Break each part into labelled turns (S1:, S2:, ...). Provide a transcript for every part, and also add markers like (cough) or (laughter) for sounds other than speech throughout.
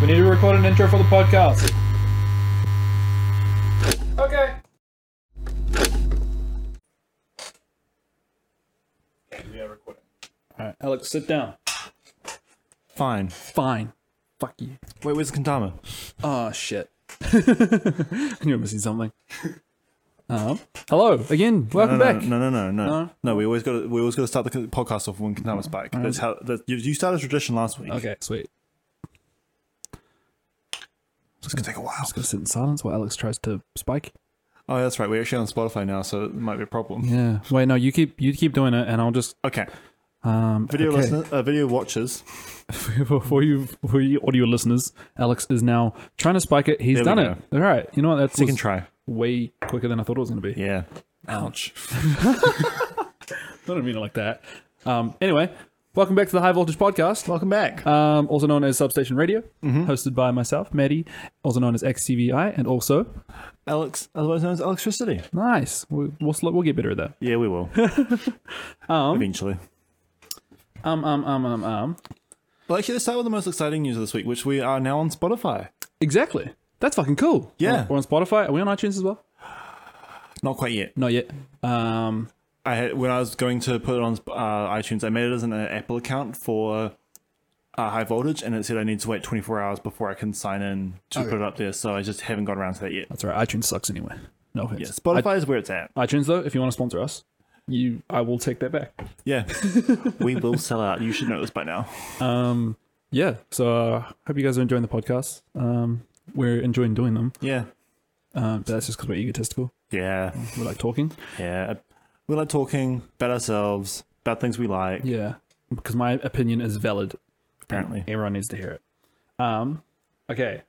S1: We need to record an intro for the podcast.
S2: Okay.
S1: We are recording. All right, Alex, sit down.
S3: Fine.
S1: Fine. Fuck you.
S3: Wait, where's the Kandama?
S1: Oh (laughs) shit. I knew I was missing something. Um, hello again. Welcome
S3: no, no,
S1: back.
S3: No, no, no, no,
S1: No?
S3: no. we always got to we always got to start the podcast off when Kandama's back. That's how that, you, you started a tradition last week.
S1: Okay, sweet.
S3: It's gonna take a while.
S1: Gonna sit in silence while Alex tries to spike.
S3: Oh, that's right. We're actually on Spotify now, so it might be a problem.
S1: Yeah. Wait, no. You keep you keep doing it, and I'll just (laughs)
S3: Okay,
S1: um
S3: video
S1: okay.
S3: listeners, uh, video watchers.
S1: for you for you audio listeners. Alex is now trying to spike it. He's
S3: There we
S1: done it. All right. You know what? That's
S3: Second try.
S1: way quicker than I thought it was going to be.
S3: Yeah. Ouch.
S1: I don't mean it like that. Um, anyway, welcome back to the High Voltage Podcast,
S3: Welcome back.
S1: um, also known as Substation Radio, hosted by myself, Maddie, also known as XTVI, and also
S3: Alex, otherwise known as electricity.
S1: nice. We, we'll sl- we'll get better at that.
S3: Yeah, we
S1: (laughs)
S3: will. Eventually.
S1: Um um um um um.
S3: Well, actually, let's start with the most exciting news of this week, which we are now on Spotify.
S1: Exactly. That's fucking cool.
S3: Yeah.
S1: We're on Spotify. Are we on iTunes as well?
S3: Not quite yet.
S1: Not yet. Um.
S3: I had, when I was going to put it on uh, iTunes, I made it as an Apple account for uh, high voltage, and it said I need to wait 24 hours before I can sign in to put it up there. So I just haven't got around to that yet.
S1: That's all right. iTunes sucks anyway. No offense.
S3: Yeah, Spotify is where it's at.
S1: I- iTunes though, if you want to sponsor us, you I will take that back.
S3: Yeah, (laughs) we will sell out. You should know this by now.
S1: Um. Yeah. So uh, hope you guys are enjoying the podcast. Um. We're enjoying doing them.
S3: Yeah,
S1: Um, but that's just because we're egotistical.
S3: yeah,
S1: We like talking.
S3: yeah. We like talking about ourselves, about things we like.
S1: Yeah. Because my opinion is valid.
S3: Apparently,
S1: Everyone needs to hear it. Um, okay.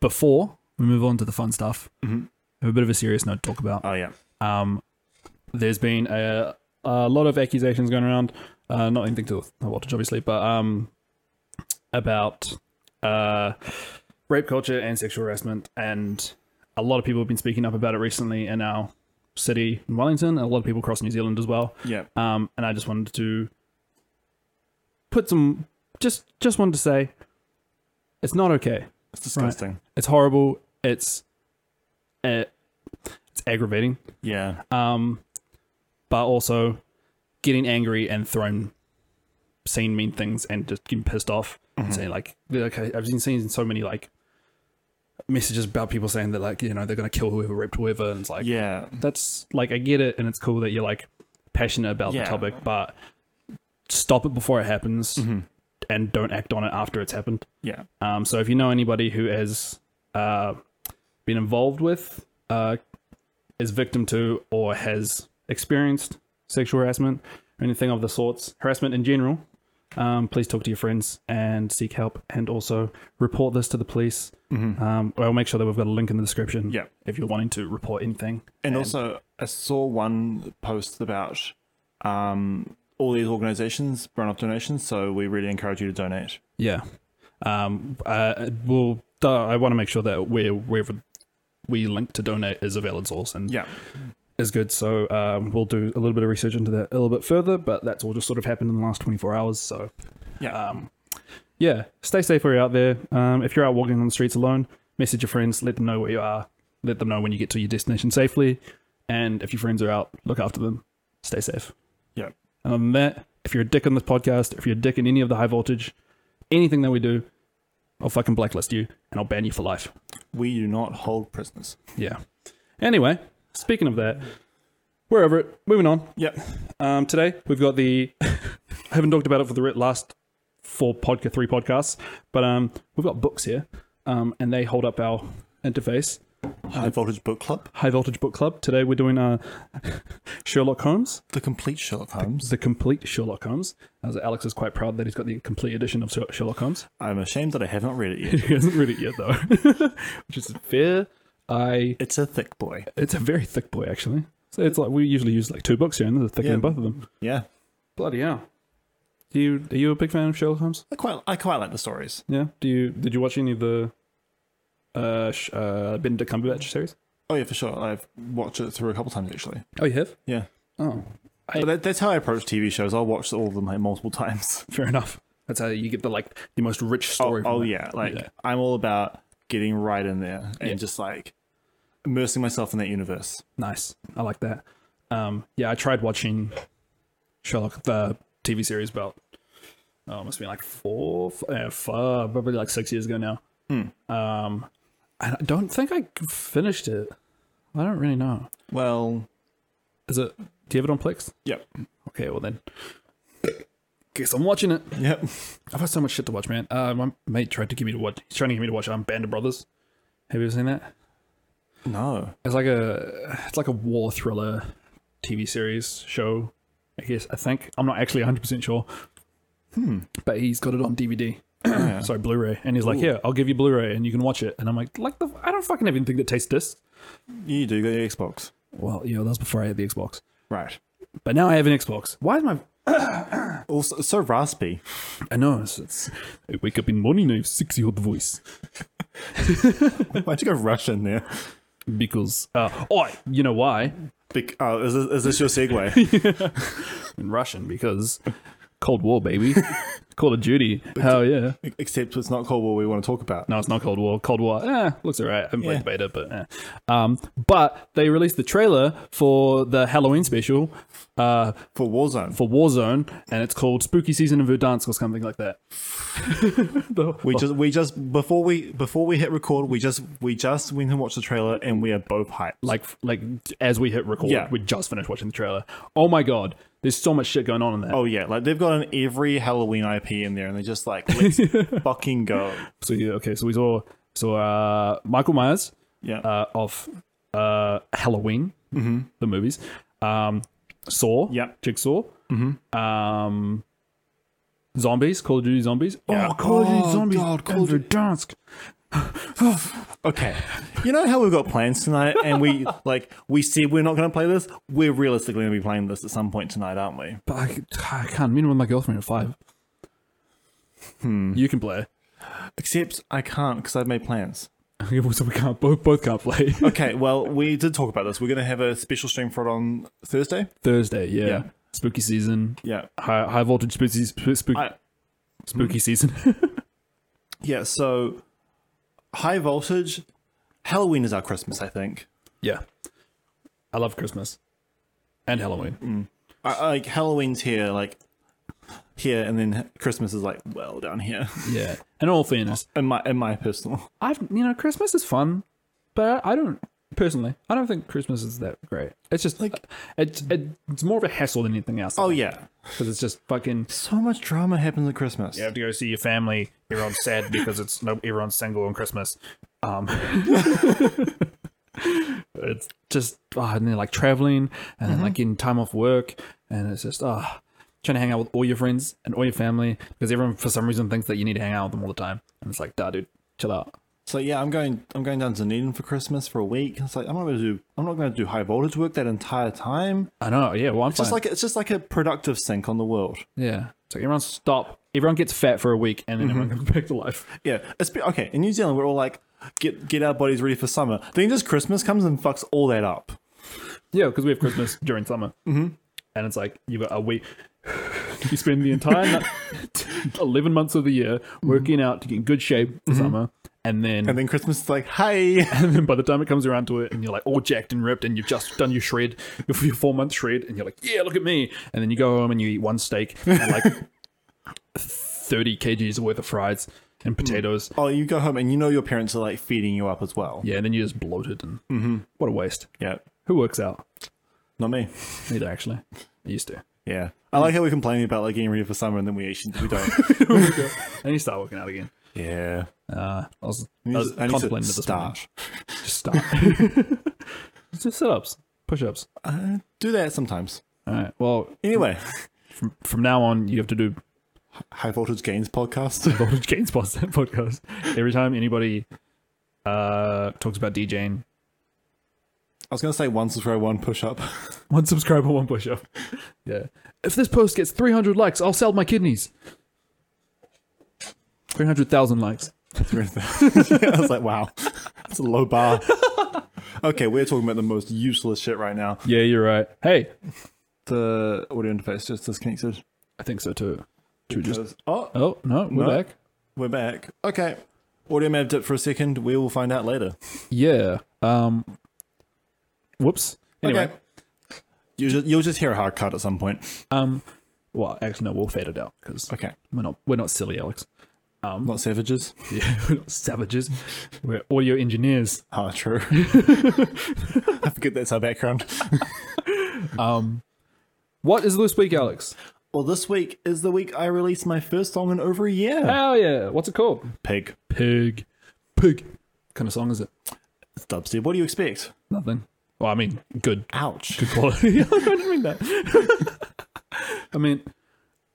S1: Before we move on to the fun stuff, I have a bit of a serious note to talk about.
S3: oh yeah,
S1: Um, there's been a, a lot of accusations going around, uh, not anything to do with high voltage, obviously, but um, about uh, rape culture and sexual harassment. And a lot of people have been speaking up about it recently in our city in Wellington, and a lot of people across New Zealand as well.
S3: yeah.
S1: Um, and I just wanted to put some just just wanted to say it's not okay.
S3: It's disgusting.
S1: It's horrible. It's uh, it's aggravating.
S3: Yeah,
S1: Um, but also getting angry and throwing saying mean things and just getting pissed off and saying like like I- I've been seeing so many like messages about people saying that like you know they're gonna kill whoever raped whoever and it's like
S3: yeah.
S1: that's like I get it, and it's cool that you're like passionate about
S3: Yeah.
S1: the topic, but stop it before it happens,
S3: Mm-hmm.
S1: and don't act on it after it's happened.
S3: Yeah.
S1: Um, so if you know anybody who has uh, been involved with, uh, is victim to, or has experienced sexual harassment or anything of the sorts, harassment in general, um, please talk to your friends and seek help, and also report this to the police. Um, I'll make sure that we've got a link in the description.
S3: Mm-hmm. Yeah.
S1: if you're wanting to report anything.
S3: and also I saw one post about um, all these organizations run off donations, so we really encourage you to donate.
S1: Yeah. Um. Uh. Well, uh, I want to make sure that where wherever we link to donate is a valid source and
S3: Yeah,
S1: is good. So um, we'll do a little bit of research into that a little bit further. But that's all just sort of happened in the last twenty four hours. So
S3: yeah,
S1: um, yeah, stay safe where you're out there. Um, if you're out walking on the streets alone, message your friends, let them know where you are, let them know when you get to your destination safely, and if your friends are out, look after them. Stay safe.
S3: yeah.
S1: And other than that, Um, if you're a dick on this podcast, if you're a dick in any of the high voltage, anything that we do, I'll fucking blacklist you and I'll ban you for life.
S3: We do not hold prisoners.
S1: Yeah. Anyway, speaking of that, we're over it. Moving on.
S3: Yep.
S1: Um, today we've got the. (laughs) I haven't talked about it for the re- last four podcast, three podcasts, but um, we've got books here, um, and they hold up our interface.
S3: High Voltage Book Club,
S1: High Voltage Book Club. Today we're doing uh, (laughs) Sherlock Holmes.
S3: the complete Sherlock Holmes.
S1: the complete Sherlock Holmes. As Alex is quite proud that he's got the complete edition of Sher- Sherlock Holmes.
S3: I'm ashamed that I haven't read it (laughs) yet.
S1: (laughs) He hasn't read it yet though, which is fair. I
S3: It's a thick boy.
S1: it's a very thick boy actually. So it's like we usually use like two books here, and they're thicker
S3: Yeah.
S1: than both of them.
S3: Yeah,
S1: Bloody hell! Do you are you a big fan of Sherlock Holmes?
S3: I quite I quite like the stories.
S1: Yeah. Do you did you watch any of the uh, sh- uh Benedict Cumberbatch series?
S3: Oh yeah, for sure. I've watched it through a couple times actually.
S1: Oh, you have.
S3: Yeah,
S1: Oh, I-
S3: but that, that's how I approach TV shows. I'll watch all of them like multiple (laughs) times.
S1: fair enough. That's how you get the like the most rich
S3: Oh,
S1: story. from
S3: oh,
S1: it.
S3: yeah, like
S1: Yeah.
S3: I'm all about getting right in there and
S1: Yeah.
S3: just like immersing myself in that universe.
S1: nice. I like that. Um, yeah, I tried watching Sherlock the TV series about oh, it must have been like four, f- uh, five, probably like six years ago now. Um, I don't think I finished it. I don't really know.
S3: Well,
S1: Is it? Do you have it on Plex?
S3: yep,
S1: (laughs) Okay, well then. Guess I'm watching it.
S3: yep.
S1: I've had so much shit to watch, man. Uh, my mate tried to get me to watch. He's trying to get me to watch um, Band of Brothers. Have you ever seen that?
S3: No,
S1: It's like a it's like a war thriller TV series show. I guess I think I'm not actually 100 percent sure. But he's got it on DVD. (clears throat) Sorry, Blu-ray, and he's like, "Yeah, I'll give you Blu-ray, and you can watch it." And I'm like, "Like the I don't fucking have anything that tastes this."
S3: you do you got your Xbox,
S1: Well, you know, that was before I had the Xbox,
S3: right?
S1: but now I have an Xbox. Why is my (coughs)
S3: Also, so
S1: (laughs)
S3: raspy.
S1: I know it's, it's I wake up in morning, I have sexy old voice.
S3: Why'd you go Russian there?
S1: because uh, oh, you know why
S3: Bec- oh, is this, is this
S1: (laughs)
S3: your segue?
S1: in Russian because Cold War baby, (laughs) Call of Duty. Hell yeah!
S3: Except it's not called what we want to talk about.
S1: No, it's not Cold War. Cold War, eh, looks alright. I haven't
S3: Yeah.
S1: played the beta, but eh. um, but they released the trailer for the Halloween special uh
S3: For Warzone,
S1: for Warzone, and it's called Spooky Season in Verdansk or something like that. The-
S3: we just we just before we before we hit record, we just we just went and watched the trailer, and we are both hyped.
S1: like like as we hit record,
S3: Yeah.
S1: we just finished watching the trailer. Oh my god, there's so much shit going on in that.
S3: Oh yeah, like they've got an every Halloween IP in there, and they're just like, (laughs) let's fucking go.
S1: So yeah, okay, so we saw saw uh, Michael Myers.
S3: Yeah,
S1: uh, of uh, Halloween, the movies, um, Saw,
S3: Mm-hmm. Yep. Mm-hmm.
S1: Jigsaw, um, Zombies, Call of Duty Zombies.
S3: Yeah.
S1: Oh, Call of Duty
S3: Oh,
S1: Zombies,
S3: God, Call
S1: Call
S3: of
S1: of Duty Dansk.
S3: Okay. You know how we've got plans tonight and we like we said we're not gonna play this? We're realistically gonna be playing this at some point tonight, aren't we?
S1: But I, I can't. Meeting with my girlfriend at five.
S3: Hmm.
S1: You can play. (laughs)
S3: Except I can't because I've made plans.
S1: so we can't both both can't play.
S3: (laughs)
S1: (laughs)
S3: Okay, well we did talk about this. We're gonna have a special stream for it on Thursday.
S1: Thursday, yeah.
S3: Yeah.
S1: Spooky season.
S3: Yeah.
S1: High, high voltage spooky spook,
S3: I, Mm-hmm.
S1: spooky season. (laughs)
S3: yeah, so high voltage. Halloween is our Christmas, I think.
S1: yeah. I love Christmas and Halloween.
S3: Mm. I, I- Uh, like Halloween's here, like here, and then Christmas is like well down here. (laughs)
S1: Yeah. In all fairness,
S3: In my in my personal, (laughs)
S1: I've you know Christmas is fun, but I don't personally. I don't think Christmas is that great. It's just like it's it, it's more of a hassle than anything else.
S3: oh yeah,
S1: because it's just fucking.
S3: so much drama happens at Christmas.
S1: You have to go see your family. Everyone's (laughs) sad because it's no everyone's single on Christmas. (laughs) Um, it's Mm-hmm. just oh, and then like traveling and then like getting time off work and it's just ah. Trying to hang out with all your friends and all your family because everyone, for some reason, thinks that you need to hang out with them all the time. And it's like, duh, dude, chill out.
S3: So yeah, I'm going. I'm going down to Dunedin for Christmas for a week. It's like I'm not going to do. I'm not going to do high voltage work that entire time.
S1: I know, yeah. Well, I'm
S3: Just
S1: fine.
S3: like it's just like a productive sink on the world.
S1: Yeah. Mm-hmm. It's like everyone stop. Everyone gets fat for a week and then everyone comes back to life.
S3: Yeah. It's be- okay. In New Zealand, we're all like, get get our bodies ready for summer. Then just Christmas comes and fucks all that up.
S1: Yeah, because we have (laughs) Christmas during summer. Mm-hmm. And it's like you've got a week. you spend the entire ni- (laughs) 11 months of the year working out to get in good shape for summer. And then,
S3: And then Christmas is like, hey,
S1: Mm-hmm.
S3: (laughs)
S1: and then (laughs) by the time it comes around to it and you're like all jacked and ripped and you've just done your shred, your, your four month shred. And you're like, yeah, look at me. And then you go home and you eat one steak and (laughs) like 30 kgs worth of fries and potatoes.
S3: oh, you go home and you know your parents are like feeding you up as well.
S1: Yeah. And then you're just bloated and what a waste.
S3: Yeah.
S1: Who works out?
S3: Not me.
S1: Neither actually. I used to.
S3: Yeah. I like how we're complaining about like getting ready for summer and then we actually we don't.
S1: I need to start working out again.
S3: (laughs) yeah.
S1: Uh, I was, I
S3: I need
S1: was
S3: to- I need to
S1: contemplating it this morning.
S3: start.
S1: Just start. (laughs) Just sit ups, push ups.
S3: Uh, do that sometimes.
S1: All right. Well,
S3: Anyway,
S1: from now on, you have to do
S3: high voltage gains podcast. (laughs)
S1: voltage gain spots that podcast. Every time anybody uh, talks about DJing,
S3: I was gonna say one subscribe, one push up. (laughs)
S1: one subscriber, one push up. Yeah. If this post gets 300 likes, I'll sell my kidneys. 300,000 likes.
S3: (laughs) I was like, wow, that's a low bar. (laughs) okay, we're talking about the most useless shit right now.
S1: Yeah, you're right. Hey,
S3: The audio interface just disconnected.
S1: I think so too. Should we just-
S3: Because- oh,
S1: Oh no, we're
S3: No.
S1: back.
S3: we're back. Okay. Audio map dip for a second. We will find out later.
S1: Yeah. Um. Whoops. Anyway.
S3: Okay. You just, you'll just hear a hard cut at some point.
S1: Um. Well, actually, no. We'll fade it out because
S3: Okay.
S1: we're not we're not silly, Alex.
S3: Not savages.
S1: (laughs) Yeah, we're not (laughs) savages. We're audio engineers.
S3: Ah, true. (laughs) I forget that's our background.
S1: What is this week, Alex?
S3: Well, this week is the week I released my first song in over a year.
S1: Hell yeah! What's it called?
S3: Pig.
S1: Pig. Pig. What kind of song is it?
S3: It's dubstep. What do you expect?
S1: Nothing. Well, I mean, good
S3: Ouch.
S1: quality. (laughs) I didn't mean that. (laughs) I mean,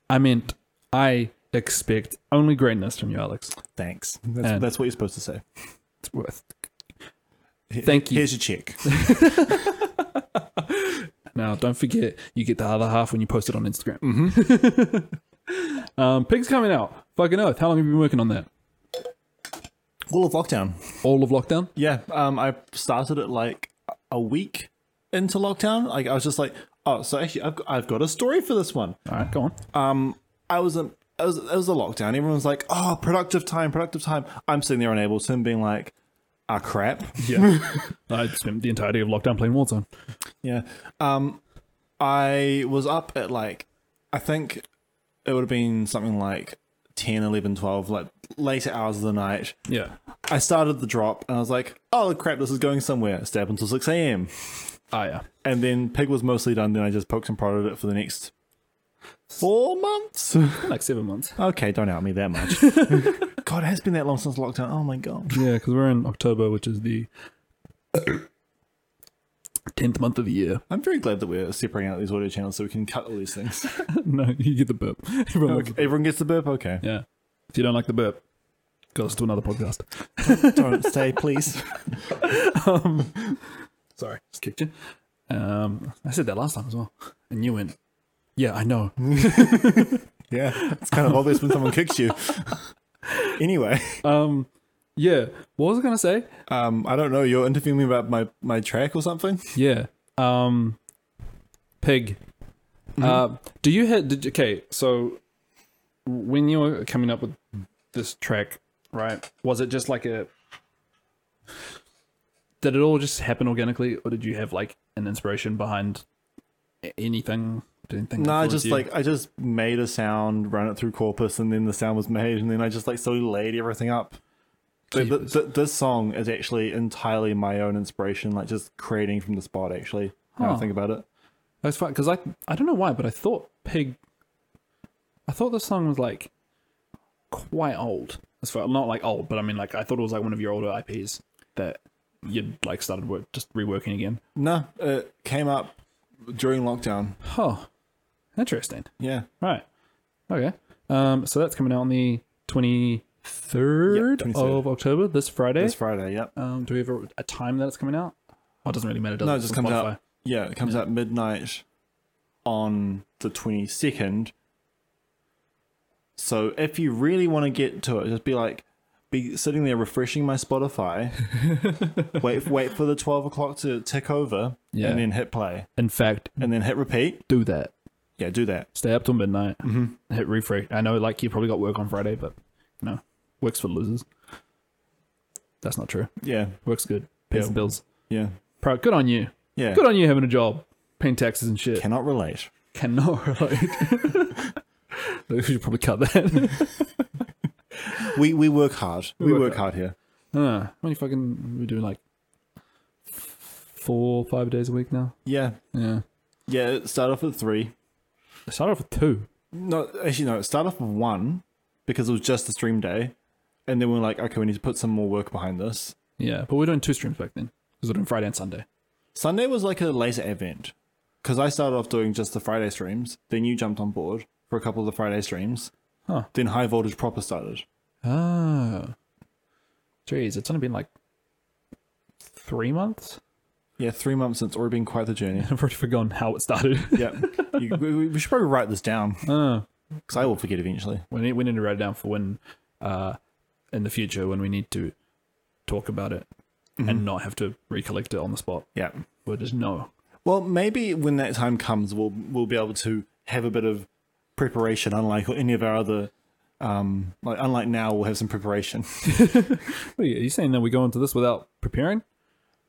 S1: I meant I expect only greatness from you, Alex.
S3: Thanks. That's,
S1: And-
S3: that's what you're supposed to say.
S1: It's worth.
S3: Here-
S1: Thank you.
S3: Here's
S1: (laughs)
S3: your check.
S1: Now, don't forget, you get the other half when you post it on Instagram. (laughs) um, Pig's coming out. Fucking oath. How long have you been working on that?
S3: All of lockdown.
S1: All of lockdown?
S3: Yeah, um, I started it like a week into lockdown. Like I was just like, oh, so actually, I've got, I've got a story for this one.
S1: All right, go on.
S3: Um, I was a it was, it was a lockdown. Everyone's like, oh, productive time, productive time. I'm sitting there on Ableton being like, ah, crap. (laughs)
S1: Yeah. I spent the entirety of lockdown playing Warzone.
S3: Yeah. Um, I was up at like, I think it would have been something like 10, 11, 12, like later hours of the night.
S1: Yeah.
S3: I started the drop and I was like, oh, crap, this is going somewhere. Stay up until 6 a.m.
S1: Ah, yeah.
S3: And then Pig was mostly done. Then I just poked and prodded it for the next four (laughs) months.
S1: Like seven months.
S3: okay, don't out me that much. (laughs) God, it has been that long since lockdown. Oh my God.
S1: (laughs) Yeah, because we're in October, which is the (coughs) 10th month of the year. (laughs)
S3: I'm very glad that we're separating out these audio channels so we can cut all these (laughs) things.
S1: no, you get the burp. (laughs) Everyone loves-
S3: Everyone gets the burp? Okay.
S1: Yeah. If you don't like the burp, go listen to another podcast.
S3: Don't stay, please.
S1: Sorry, just kicked you. Um, I said that last time as well, and you went, "Yeah, I know."
S3: (laughs) Yeah, it's kind of obvious when someone kicks (laughs) you. Anyway,
S1: um, yeah. What was I gonna say?
S3: um, I don't know. You're interviewing me about my, my track or something?
S1: Yeah. Um, pig.
S3: Mm-hmm.
S1: Uh, do you have? Did, okay, so when you were coming up with this track, right? Was it just like a? Did it all just happen organically, or did you have like an inspiration behind a- anything? Did anything?
S3: No, I
S1: influence
S3: just
S1: you?
S3: like I just made a sound, ran it through corpus, and then the sound was made, and then I just like slowly laid everything up. So th-
S1: Jeepers.
S3: th- this song is actually entirely my own inspiration, like just creating from the spot. Actually, now I
S1: Huh.
S3: think about it.
S1: That's fine because I I don't know why, but I thought Pig. I thought this song was like quite old. As far not like old, but I mean like I thought it was like one of your older IPs that you'd like started work just reworking again.
S3: No, it came up during lockdown.
S1: Huh. Interesting.
S3: Yeah,
S1: Right. Okay. Um. So that's coming out on the twenty third
S3: Yeah, 23rd.
S1: of October this Friday.
S3: this Friday. Yep.
S1: um. Do we have a, a time that it's coming out? Oh, it doesn't really matter. Does
S3: No,
S1: it
S3: it just
S1: From
S3: comes
S1: Spotify.
S3: out. Yeah, it comes out midnight on the twenty second. So if you really want to get to it, just be like, be sitting there refreshing
S1: (laughs)
S3: my Spotify, wait, wait for the twelve o'clock to tick over,
S1: Yeah.
S3: and then hit play,
S1: In fact,
S3: and then hit repeat.
S1: do that.
S3: Yeah, do that.
S1: stay up till midnight, hit refresh. I know, like you probably got work on Friday, but you know, works for losers. That's not true.
S3: Yeah,
S1: Works good, pays
S3: Yeah.
S1: the bills.
S3: yeah,
S1: Pro, good on you.
S3: yeah.
S1: Good on you having a job, paying taxes and shit.
S3: Cannot relate.
S1: Cannot relate. (laughs) we should probably cut that. (laughs)
S3: We we work hard. We,
S1: work
S3: work hard here.
S1: uh, how many fucking we doing like four, five days a week now?
S3: Yeah,
S1: Yeah,
S3: yeah. it Start off with three.
S1: I started off with two.
S3: No, actually, no. Start off with one because it was just the stream day, and then we we're like, okay, we need to put some more work behind this.
S1: Yeah, but we we're doing two streams back then because we're doing Friday and Sunday.
S3: Sunday was like a later event because I started off doing just the Friday streams. Then you jumped on board for a couple of the Friday streams.
S1: Huh.
S3: Then High Voltage proper started.
S1: Oh. Jeez, it's only been like three months. (laughs)
S3: Yeah, three months. It's already been quite the journey.
S1: I've already forgotten how it started. (laughs)
S3: yeah, you, we, we should probably write this down
S1: Uh,
S3: because I will forget eventually.
S1: we, need, we need to write it down for when, uh, in the future, when we need to talk about it and not have to recollect it on the spot.
S3: Yeah.
S1: We'll just know.
S3: Well, maybe when that time comes, we'll we'll be able to have a bit of preparation, unlike any of our other. Um, like unlike now, we'll have some preparation. (laughs)
S1: What Are you are you saying that we go into this without preparing?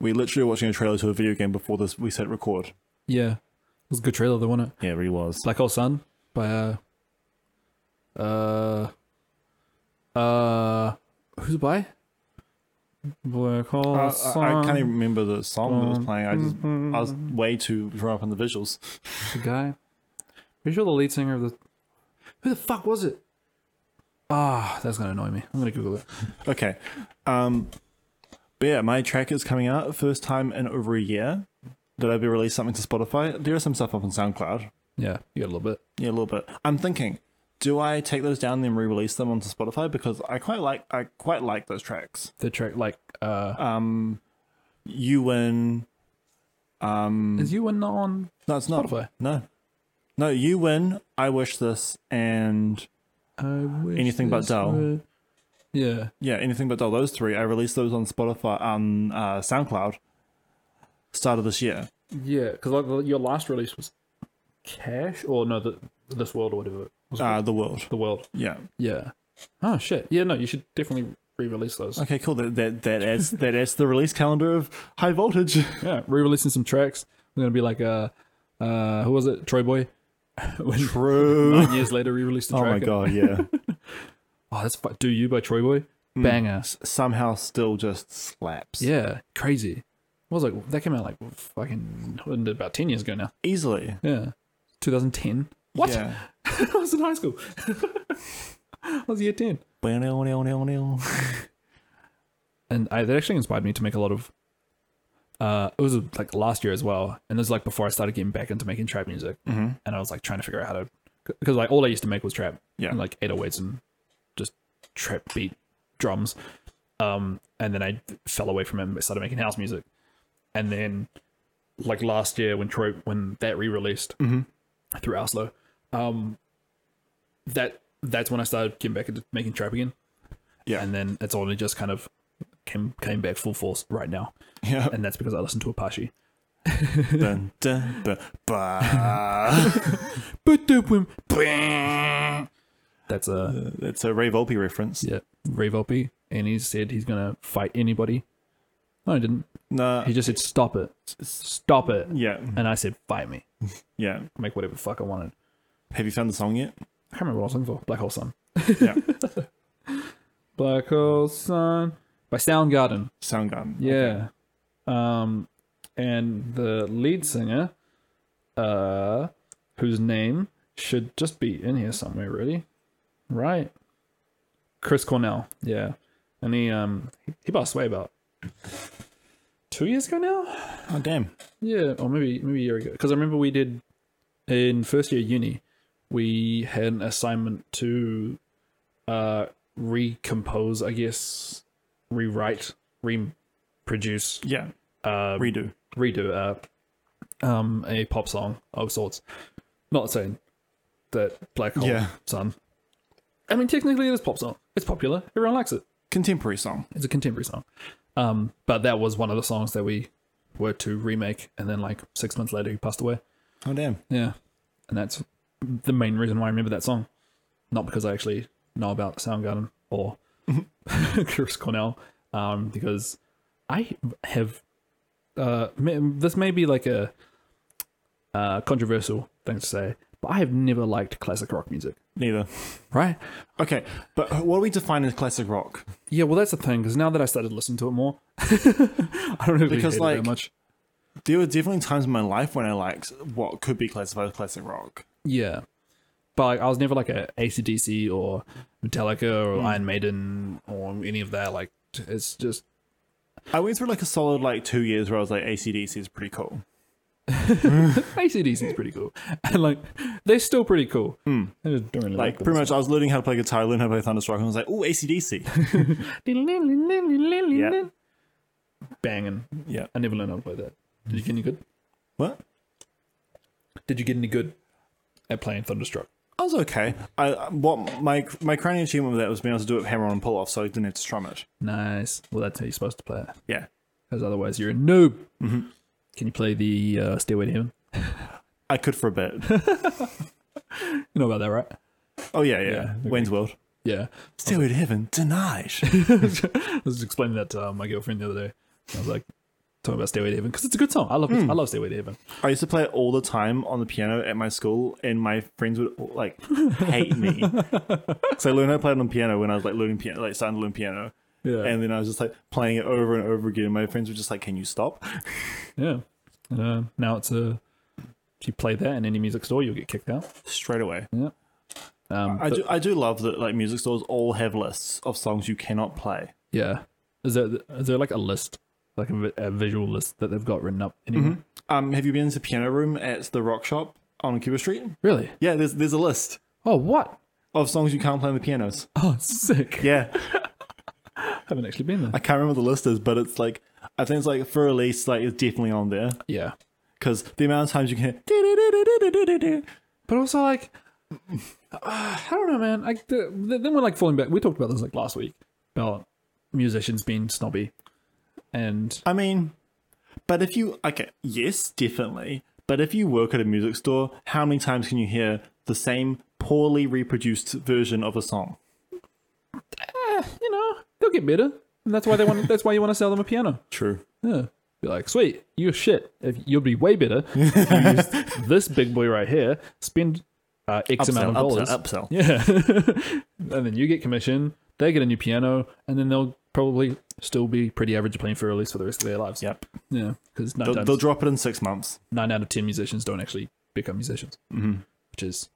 S3: we literally were watching a trailer to a video game before this. We said record.
S1: Yeah, it was a good trailer though, wasn't it?
S3: Yeah, it really was.
S1: Black Hole Sun by uh uh uh who's it by? Black Hole
S3: Uh, I-
S1: Sun.
S3: I, can't even remember the song that was playing. I just I was way too drawn up on the visuals.
S1: the guy. Pretty sure the lead singer of the who the fuck was it? Ah, that's gonna annoy me. I'm gonna Google it.
S3: Okay. Um but yeah, my track is coming out first time in over a year that I've released something to Spotify. There is some stuff up on SoundCloud.
S1: Yeah, you got a little bit.
S3: Yeah, a little bit. I'm thinking, do I take those down and then re-release them onto Spotify? Because I quite like I quite like those tracks.
S1: The track like uh
S3: Um You Win Um,
S1: is you were not on
S3: No, it's not
S1: Spotify.
S3: No. No, You Win, I Wish This and
S1: I wish
S3: Anything But
S1: this
S3: Dull.
S1: were- Yeah.
S3: Yeah, anything but Doll. Those three, I released those on Spotify on uh, SoundCloud. Start of this year.
S1: Yeah, because like the- your last release was Cash or no the this world or whatever. it was
S3: Uh, the world.
S1: the world.
S3: Yeah.
S1: Yeah. Oh shit. Yeah, no, you should definitely re-release those.
S3: Okay. Cool. That that that adds that adds the release calendar of High
S1: (laughs)
S3: Voltage.
S1: Yeah, re-releasing some tracks. We're gonna be like uh uh who was it? Troy Boy. (laughs) when
S3: True.
S1: nine years later re-released the
S3: Oh
S1: track.
S3: my god.
S1: (laughs)
S3: Yeah.
S1: Oh, that's fu- Do You by Troy Boy. Banger.
S3: Somehow still just slaps.
S1: Yeah, crazy. I was like that came out like fucking about ten years ago now.
S3: Easily.
S1: Yeah. 2010. What? (laughs)
S3: Yeah.
S1: I was in high school. (laughs) I was year 10. and I, that actually inspired me to make a lot of. Uh, it was like last year as well, and this is like before I started getting back into making trap music, mm-hmm. and I was like trying to figure out how to, because like all I used to make was trap,
S3: Yeah.
S1: and, like 808s and just trap beat drums, um, and then I fell away from it and started making house music, and then like last year when Troy when that re-released through Oslo, um, that that's when I started getting back into making trap again,
S3: Yeah.
S1: and then it's only just kind of came came back full force right now,
S3: (laughs) Yeah.
S1: and that's because I listened to Apache.
S3: Dun, dun, dun, ba.
S1: That's a
S3: (laughs) That's a Ray Volpe reference.
S1: yeah, Revolpe, and he said he's gonna fight anybody. No, he didn't.
S3: No.
S1: He just said stop it, stop it,
S3: Yeah.
S1: and I said fight me,
S3: Yeah.
S1: make whatever fuck I wanted.
S3: Have you found the song (laughs) yet?
S1: I can't remember what I was looking for. Black Hole Sun.
S3: Yeah.
S1: Black Hole Sun by Soundgarden.
S3: Soundgarden.
S1: Yeah. Um, and the lead singer, uh, whose name should just be in here somewhere, really, right? Chris Cornell. Yeah, and he um he passed away about two years ago now.
S3: Oh damn.
S1: Yeah, or maybe maybe a year ago. Because I remember we did in first year uni, we had an assignment to uh recompose, I guess, rewrite, reproduce
S3: Yeah. Uh, Redo.
S1: redo uh, um, a pop song of sorts. Not saying that Black Hole
S3: Yeah.
S1: Sun. I mean, technically, it is pop song. It's popular. Everyone likes it.
S3: Contemporary song.
S1: It's a contemporary song. Um, but that was one of the songs that we were to remake, and then like six months later, he passed away.
S3: Oh damn.
S1: Yeah, and that's the main reason why I remember that song, not because I actually know about Soundgarden or (laughs) Chris Cornell, um, because I have. Uh, ma- this may be like a uh, controversial thing to say, but I have never liked classic rock music.
S3: Neither.
S1: Right?
S3: Okay, but what do we define as classic rock?
S1: Yeah. Well, that's the thing because now that I started listening to it more, (laughs) I don't know
S3: Because,
S1: because like
S3: like-
S1: that much.
S3: There were definitely times in my life when I liked what could be classified as classic rock.
S1: Yeah. But like, I was never like a ACDC or Metallica or Iron Maiden or any of that. Like, t- it's just
S3: I went through like a solid like two years where I was like ACDC is pretty cool.
S1: ACDC is pretty cool. (laughs) And like, they're still pretty cool. I just don't really
S3: Like
S1: Hmm. like,
S3: pretty much, I was learning how to play guitar, I learned how to play Thunderstruck, and I was like, "Oh, (laughs) ACDC."
S1: them.
S3: Yeah.
S1: Banging.
S3: yeah.
S1: I never learned how to play that. Did you get any good?
S3: What?
S1: Did you get any good at playing Thunderstruck?
S3: I was okay. I what my my crowning achievement with that was being able to do it hammer on and pull off, so I didn't have to strum it.
S1: Nice. Well, that's how you're supposed to play it.
S3: Yeah.
S1: Because otherwise, you're a noob. Can you play the uh, Stairway to Heaven? (laughs)
S3: I could for a bit.
S1: You know about that, right?
S3: Oh yeah, yeah.
S1: Yeah, okay.
S3: Wayne's World.
S1: Yeah.
S3: Stairway to Heaven denied.
S1: I was explaining that to uh, my girlfriend the other day. I was like, talking about Stairway to Heaven because it's a good song. I love it. I love Stairway to Heaven.
S3: (laughs) I used to play it all the time on the piano at my school, and my friends would like
S1: (laughs)
S3: hate me because I learned how to play it on piano when I was like learning piano, like starting to learn piano,
S1: Yeah.
S3: and then I was just like playing it over and over again. And my friends were just like, "Can you stop?" (laughs)
S1: yeah. And, uh, now it's a. If you play that in any music store, you'll get kicked out.
S3: Straight away.
S1: Um,
S3: I
S1: but-
S3: do. I do love that. Like music stores all have lists of songs you cannot play.
S1: Yeah. Is there is there like a list, like a, vi- a visual list that they've got written up? Anyway?
S3: Um, have you been to Piano Room at the Rock Shop on Cuba Street?
S1: Really?
S3: Yeah, there's there's a list
S1: Oh, what?
S3: of songs you can't play on the pianos.
S1: Oh, (laughs) sick.
S3: Yeah.
S1: I haven't actually been there.
S3: I can't remember what the list is, but it's like I think it's like for release, like it's definitely on there
S1: yeah.
S3: because the amount of times you can hear
S1: But also like, (sighs) uh, I don't know, man. Like the, the, then we're like falling back. We talked about this like last week about musicians being snobby, and
S3: I mean, but if you okay, yes, definitely. But if you work at a music store, how many times can you hear the same poorly reproduced version of a song?
S1: eh, (laughs) you know they'll get better, and that's why they want. that's why you want to sell them a piano.
S3: True.
S1: Yeah. Be like, sweet, you're shit. If you'll be way better. if you
S3: (laughs)
S1: use this big boy right here. Spend uh, X amount
S3: Upsell,
S1: of
S3: upsell,
S1: dollars. (laughs)
S3: upsell.
S1: Yeah. and then you get commission, they get a new piano, and then they'll probably still be pretty average playing for release for the rest of their lives.
S3: Yep.
S1: Yeah. Because nine,
S3: They'll,
S1: times-
S3: they'll drop it in six months.
S1: nine out of 10 musicians don't actually become musicians, mm-hmm. which is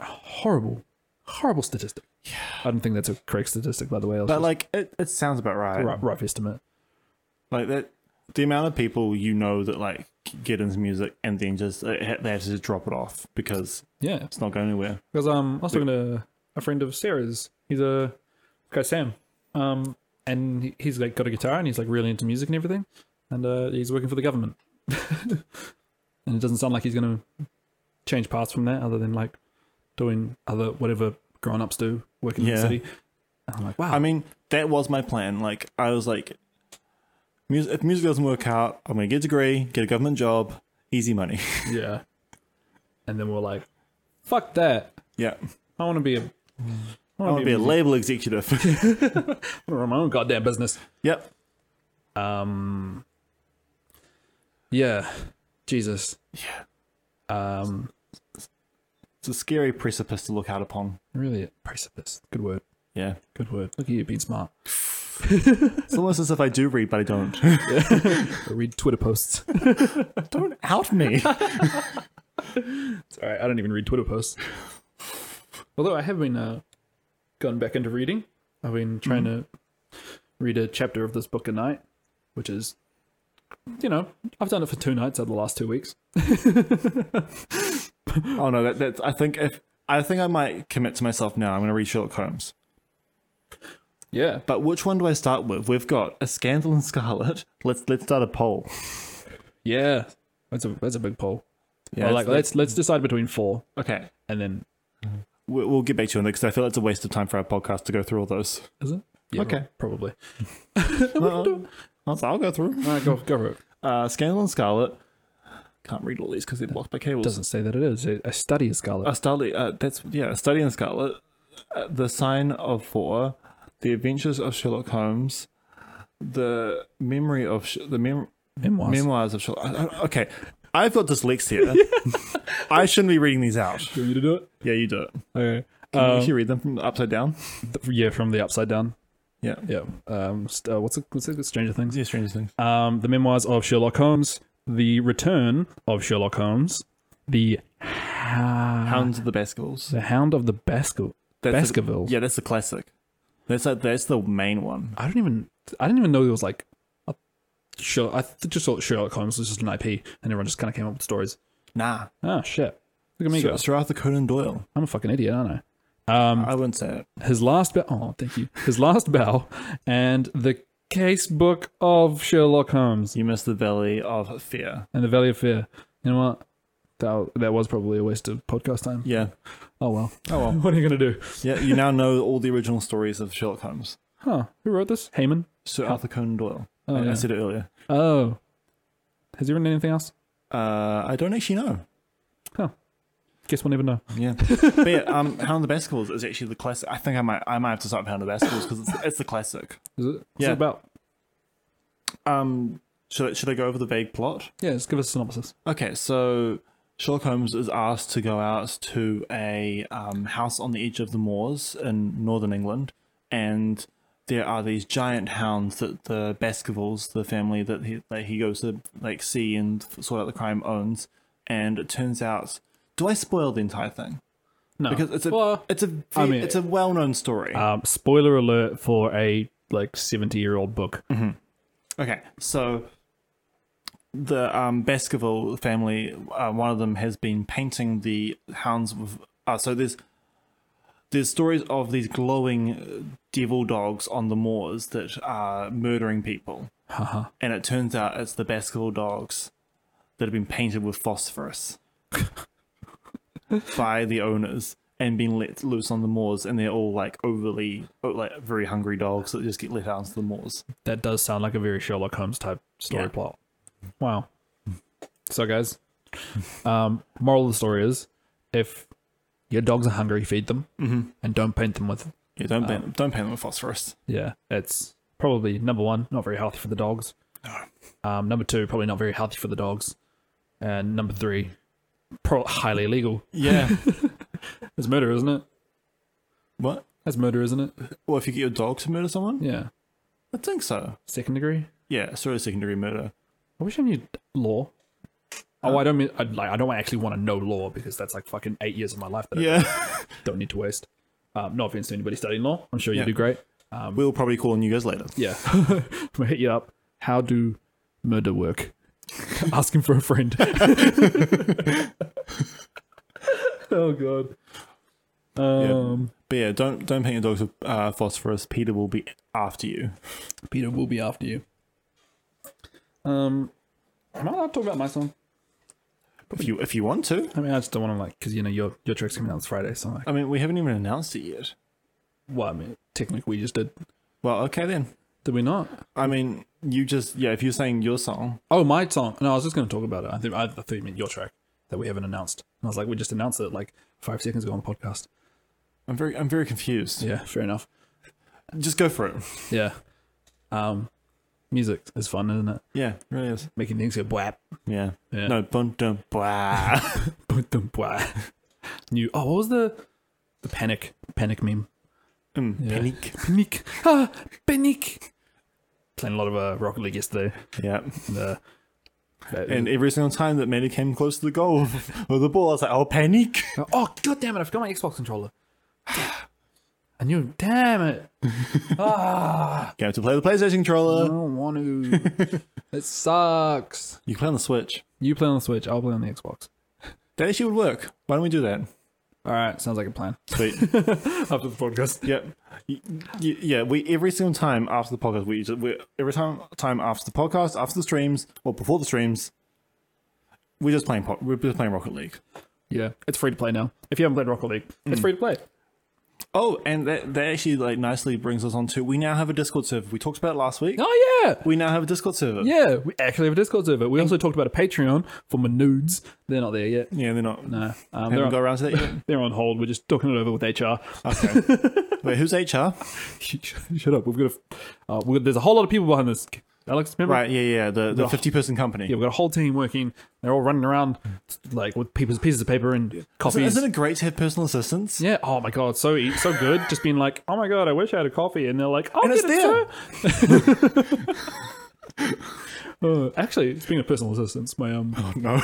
S1: a horrible, horrible statistic. Yeah. I don't think that's a correct statistic, by the way.
S3: But like, it, it sounds about right.
S1: rough, rough estimate.
S3: Like that, the amount of people you know that like get into music and then just uh, they have to just drop it off because
S1: Yeah.
S3: it's not going anywhere.
S1: Because um, I was talking to a friend of Sarah's. He's a guy Sam. Um, and he- he's like got a guitar and he's like really into music and everything. And uh, he's working for the government. (laughs) and it doesn't sound like he's gonna change paths from that, other than like doing other whatever grown ups do, working in the
S3: Yeah.
S1: city. And I'm like, wow.
S3: I mean, that was my plan. Like, I was like, music, if music doesn't work out, I'm going to get a degree, get a government job, easy money. (laughs)
S1: yeah. And then we're like, fuck that.
S3: yeah.
S1: I want to be a. I
S3: I
S1: want
S3: want to be a label executive. (laughs)
S1: to run my own goddamn business.
S3: yep.
S1: Um. Yeah, Jesus. Yeah. Um.
S3: It's a scary precipice to look out upon.
S1: Really, precipice. Good word.
S3: Yeah.
S1: Good word. Look at you being smart.
S3: It's almost as if I do read, but I don't.
S1: I read Twitter posts.
S3: (laughs)
S1: (laughs)
S3: don't out me.
S1: it's all right. I don't even read Twitter posts. Although I have been uh, gone back into reading. I've been trying to read a chapter of this book a night, which is, you know, I've done it for two nights out of the last two weeks.
S3: (laughs) oh, no. That, that's, I think if. I think I might commit to myself now. I'm going to read Sherlock Holmes.
S1: Yeah.
S3: But which one do I start with? We've got A Scandal in Scarlet. Let's let's start a poll.
S1: Yeah. That's a that's a big poll.
S3: Yeah,
S1: Well, like let's let's decide between four
S3: okay.
S1: and then
S3: We- We'll get back to you on that because I feel it's a waste of time for our podcast to go through all those.
S1: Is it? Yeah,
S3: Okay.
S1: Probably.
S3: Well, I'll, I'll go through.
S1: All right, go, go for it.
S3: Uh, Scandal and Scarlet. Can't read all these because they're blocked by cables.
S1: Doesn't say that it is. A study is scarlet.
S3: A study, uh, that's yeah, a study in Scarlet. Uh, the Sign of Four, The Adventures of Sherlock Holmes, The Memory of Sh- the mem-
S1: Memoirs.
S3: Memoirs of Sherlock. I- I- okay, I've
S1: (laughs)
S3: got dyslexia. I shouldn't be reading these out.
S1: Do you want me to do it?
S3: Yeah, you do it. Can
S1: Okay.
S3: you
S1: Um,
S3: actually read them from upside down?
S1: th- yeah, from the upside down.
S3: Yeah.
S1: Yeah. Um, st- uh, what's it? What's it? Stranger Things.
S3: Yeah, Stranger Things.
S1: Um, the memoirs of Sherlock Holmes. The return of Sherlock Holmes. The Hound.
S3: Hounds of the Baskervilles.
S1: The Hound of the Baskerville.
S3: That's the-
S1: Baskerville.
S3: yeah, that's the classic. That's like, that's the main one.
S1: I don't even. I didn't even know there was like. a Sher- I th- just thought Sherlock Holmes was just an IP, and everyone just kind of came up with stories.
S3: Nah,
S1: Oh shit! Look at me go.
S3: Sir, Sir Arthur Conan Doyle.
S1: I'm a fucking idiot, aren't I? Um,
S3: I wouldn't say it.
S1: his last bow. Oh, thank you. His last bow and the case book of Sherlock Holmes
S3: You missed the Valley of Fear.
S1: and the Valley of Fear. You know what? That, that was probably a waste of podcast time.
S3: Yeah.
S1: Oh well.
S3: Oh
S1: (laughs)
S3: well.
S1: What are you gonna do?
S3: (laughs) yeah. You now know all the original stories of Sherlock Holmes.
S1: Huh? Who wrote this? Heyman.
S3: Sir Arthur Conan Doyle.
S1: Oh,
S3: I, I
S1: yeah.
S3: said it earlier.
S1: Oh. Has he written anything else?
S3: Uh, I don't actually know.
S1: Huh. Guess we'll never know. (laughs)
S3: Yeah, but yeah, um, Hound of the Baskervilles is actually the classic. I think I might, I might have to start with Hound of the Baskervilles because it's, it's the classic.
S1: Is it? What's
S3: Yeah.
S1: it about?
S3: Um, should I, should I go over the vague plot?
S1: Yeah, just give us a synopsis.
S3: Okay, so Sherlock Holmes is asked to go out to a um, house on the edge of the moors in northern England, and there are these giant hounds that the Baskervilles, the family that he that he goes to like see and sort out the crime, owns. And it turns out, do I spoil the entire thing?
S1: No,
S3: Because it's a
S1: Well,
S3: it's a ve-
S1: I mean-
S3: it's a well known story.
S1: um, spoiler alert for a like seventy-year-old book.
S3: Okay, so the um, Baskerville family, uh, one of them has been painting the hounds with. Uh, so there's there's stories of these glowing uh, devil dogs on the moors that are murdering people,
S1: Haha.
S3: and it turns out it's the Baskerville dogs that have been painted with phosphorus by the owners and been let loose on the moors, and they're all like overly like very hungry dogs that just get let out into the moors.
S1: that does sound like a very Sherlock Holmes type story
S3: Yeah.
S1: plot. Wow. So, guys, um, moral of the story is: if your dogs are hungry, feed them, mm-hmm. and don't paint them with.
S3: Yeah, don't
S1: Um,
S3: paint, don't paint them with phosphorus.
S1: Yeah, it's probably number one, not very healthy for the dogs. Um, number two, probably not very healthy for the dogs, and number three, pro- highly illegal.
S3: Yeah.
S1: It's murder, isn't it?
S3: (laughs) what?
S1: That's murder, isn't it?
S3: Well, if you get your dog to murder someone,
S1: Yeah,
S3: I think so.
S1: second degree.
S3: Yeah, sort of second degree murder.
S1: I wish I knew law. Oh, I don't mean I, like I don't actually want to know law because that's like fucking eight years of my life that I
S3: (laughs) Yeah,
S1: don't need to waste. Um, no offense to anybody studying law, I'm sure you
S3: Yeah.
S1: do great.
S3: Um, we'll probably call on you guys later.
S1: Yeah, I'm (laughs) gonna hit you up. How do murder (laughs) work? Asking for a friend. (laughs) oh god. Um,
S3: But yeah, don't don't paint your dogs with uh, phosphorus. Peter will be after you.
S1: Peter will be after you. Um, am I allowed to talk about my song?
S3: If you if you want to.
S1: I mean, I just don't want to like because you know your your track's coming out this Friday, so I'm like,
S3: I mean, we haven't even announced it yet.
S1: well, I mean, technically we just did,
S3: Well, okay then.
S1: did we not?
S3: I mean, you just yeah. If you're saying your song,
S1: Oh, my song. No, I was just going to talk about it. I think I, I thought you meant your track that we haven't announced. And I was like, we just announced it like five seconds ago on the podcast.
S3: I'm very I'm very confused.
S1: Yeah, fair enough.
S3: Just go for it.
S1: Yeah. Um, music is fun, isn't it?
S3: Yeah, it really is.
S1: Making things go blap.
S3: Yeah.
S1: Yeah.
S3: No, bun dun blah. (laughs)
S1: Boom, boom, blah. (laughs) New. Oh, what was the the panic panic meme?
S3: Mm,
S1: Yeah.
S3: Panic.
S1: Panic. Ah, panic. Playing a lot of uh, Rocket League yesterday.
S3: Yeah.
S1: And, uh, that-
S3: And every single time that Manny came close to the goal or the ball, I was like, oh, panic.
S1: Oh god damn it! I forgot my Xbox controller. (sighs) I knew. Damn (laughs) it! Ah,
S3: You have to play the PlayStation
S1: I
S3: controller.
S1: don't want to. (laughs) it sucks.
S3: You can play on the Switch.
S1: You play on the Switch. I'll play on the Xbox.
S3: That actually would work. Why don't we do that?
S1: All right, sounds like a plan. (laughs)
S3: Sweet.
S1: After the podcast,
S3: yep. Y- y- Yeah, we every single time after the podcast, we, we every time time after the podcast, after the streams, or before the streams, we're just playing po- we're just playing Rocket League.
S1: yeah, it's free to play now. If you haven't played Rocket League, it's free to play.
S3: Oh, and that that actually like nicely brings us on to we now have a Discord server. We talked about it last week.
S1: Oh yeah,
S3: We now have a Discord server.
S1: yeah. We actually have a Discord server. We also talked about a Patreon for my nudes. They're not there yet.
S3: Yeah, they're not.
S1: No, um,
S3: haven't
S1: they're,
S3: got
S1: on,
S3: around to that
S1: (laughs)
S3: yet.
S1: they're on hold. We're just talking it over with HR.
S3: Okay. Wait, who's HR?
S1: (laughs) Shut up. We've got a. Uh, we there's a whole lot of people behind this. Alex, remember?
S3: Right. Yeah, yeah. The the fifty person company.
S1: Yeah, we've got a whole team working. They're all running around like with pieces, pieces of paper and
S3: Isn't,
S1: copies.
S3: isn't it great to have personal assistants?
S1: yeah. Oh my god, so e- so good. Just being like, oh my god, I wish I had a coffee, and they're like, oh,
S3: And
S1: get
S3: it's
S1: it,
S3: there.
S1: sir. (laughs) Uh, actually, speaking of personal assistants, my um,
S3: Oh, No.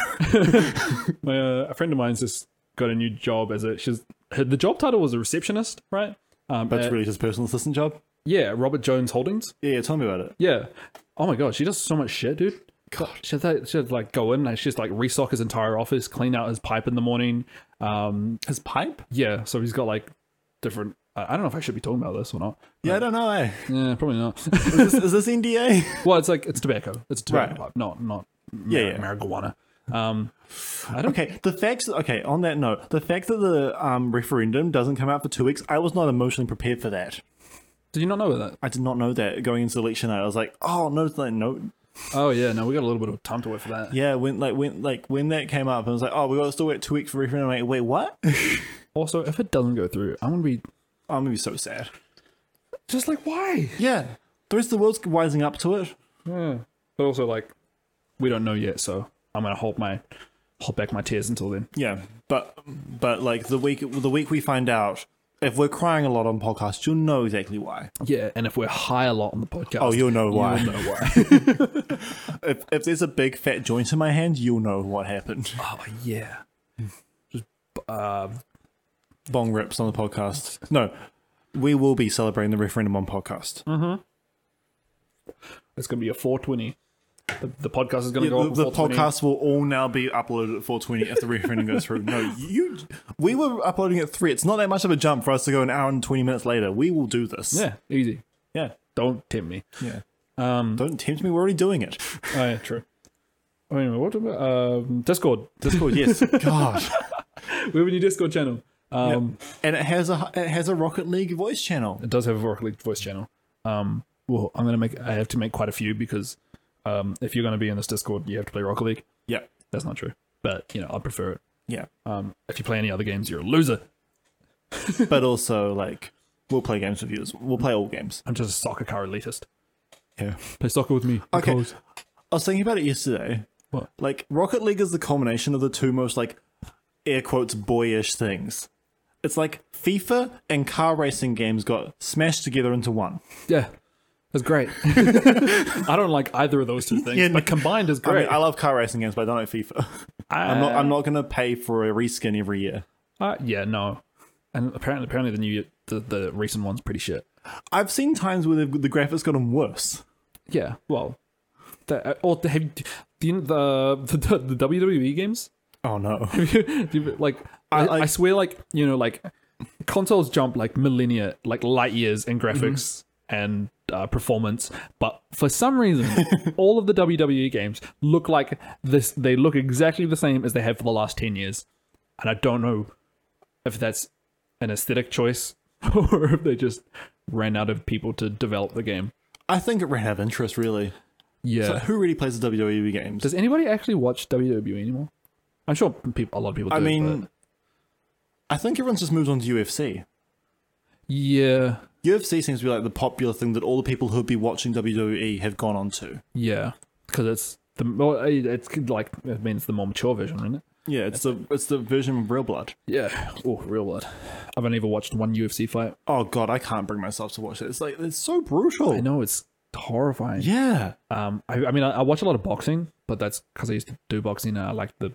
S3: (laughs)
S1: my uh, a friend of mine's just got a new job as a she's her, the job title was a receptionist, right? Um,
S3: That's
S1: at-
S3: really his personal assistant job.
S1: yeah, Robert Jones Holdings.
S3: Yeah, yeah, tell me about it.
S1: Yeah. Oh my god, she does so much shit, dude. God, she had, she had like go in and she's like restock his entire office, clean out his pipe in the morning. Um,
S3: His pipe?
S1: yeah, so he's got like different. I I don't know if I should be talking about this or not.
S3: Yeah, I don't know. Eh?
S1: Yeah, probably not. (laughs)
S3: (laughs) Is, this, is this (laughs) NDA?
S1: well, it's like it's tobacco. It's a tobacco
S3: Right.
S1: pipe, not not
S3: Yeah, yeah.
S1: marijuana. Um, I don't.
S3: Okay, the fact. Okay, on that note, the fact that the um, referendum doesn't come out for two weeks, I was not emotionally prepared for that.
S1: Did you not know that?
S3: I did not know that going into election night. I was like, oh no, no, no.
S1: Oh yeah, no, we got a little bit of time to wait for that.
S3: Yeah, when like when like when that came up, I was like, oh, we got to still wait two weeks for refund. I'm like, wait, what? (laughs) Oh,
S1: Also, if it doesn't go through, I'm gonna be
S3: I'm gonna be so sad.
S1: just like, why?
S3: Yeah, the rest of the world's wising up to it.
S1: But also, like, we don't know yet, so I'm gonna hold my hold back my tears until then.
S3: Yeah, but but like the week the week we find out if we're crying a lot on podcasts, you'll know exactly why.
S1: Yeah, and if we're high a lot on the podcast,
S3: Oh, you'll know why.
S1: you'll know
S3: (laughs)
S1: why.
S3: If if there's a big fat joint in my hand, you'll know what happened. (laughs)
S1: oh yeah. Just, uh,
S3: Bong rips on the podcast. No, we will be celebrating the referendum on podcast.
S1: Mm-hmm. it's gonna be a 420. The, the podcast is gonna go
S3: the,
S1: up.
S3: the
S1: at 420.
S3: podcast will all now be uploaded at 420 if the referendum goes through. No, you. We were uploading at three. It's not that much of a jump for us to go an hour and 20 minutes later. We will do this.
S1: Yeah, easy.
S3: yeah,
S1: Don't tempt me.
S3: yeah. Um, Don't tempt me. We're already doing it.
S1: Oh yeah, true. Oh, anyway, what about um, Discord?
S3: (laughs) Discord, yes. God.
S1: We have a new Discord channel. Um,
S3: And it has a it has a Rocket League voice channel.
S1: It does have a Rocket League voice channel. Um, well, I'm gonna make. I have to make quite a few because um, if you're gonna be in this Discord, you have to play Rocket League.
S3: Yeah,
S1: That's not true, but you know I prefer it.
S3: yeah.
S1: Um, if you play any other games, you're a loser.
S3: but also like we'll play games with you. as- We'll play all games.
S1: I'm just a soccer car elitist.
S3: Yeah.
S1: Play soccer with me.
S3: Okay.
S1: because-
S3: I was thinking about it yesterday.
S1: What?
S3: Like Rocket League is the culmination of the two most like air quotes boyish things. It's like FIFA and car racing games got smashed together into one.
S1: Yeah. That's great. (laughs) I don't like either of those two things,
S3: Yeah, no.
S1: but combined is
S3: I
S1: great.
S3: mean, I love car racing games, but I don't like FIFA. (laughs) I'm not. I'm not gonna pay for a reskin every year.
S1: Uh, yeah, no. And apparently, apparently the new the, the recent one's pretty shit.
S3: I've seen times where the, the graphics gotten worse.
S1: Yeah, well, the, or the, have, the, the (laughs) the the WWE games.
S3: Oh no.
S1: like I, I,
S3: I-
S1: swear, like you know, like consoles jump like millennia, like light years in graphics and uh, performance, but for some (laughs) reason, all of the WWE games look like this. They look exactly the same as they have for the last ten years, and I don't know if that's an aesthetic choice (laughs) or if they just ran out of people to develop the game.
S3: (laughs) I think it ran out of interest. Really.
S1: Yeah.
S3: Like, who really plays the WWE games?
S1: Does anybody actually watch WWE anymore? I'm sure people, a lot of people. Do,
S3: I
S1: but-
S3: mean, I think everyone's just moved on to UFC.
S1: yeah,
S3: UFC seems to be like the popular thing that all the people who'd be watching WWE have gone on to.
S1: Yeah, because it's the more it's like I mean it's the more mature version, isn't it?
S3: Yeah, it's the it's the version of Real Blood.
S1: Yeah. Oh, real blood. I've only ever watched one UFC fight.
S3: Oh god, I can't bring myself to watch it. It's like it's so brutal.
S1: I know it's horrifying.
S3: Yeah,
S1: Um, I, I mean I, I watch a lot of boxing, but that's because I used to do boxing and I like the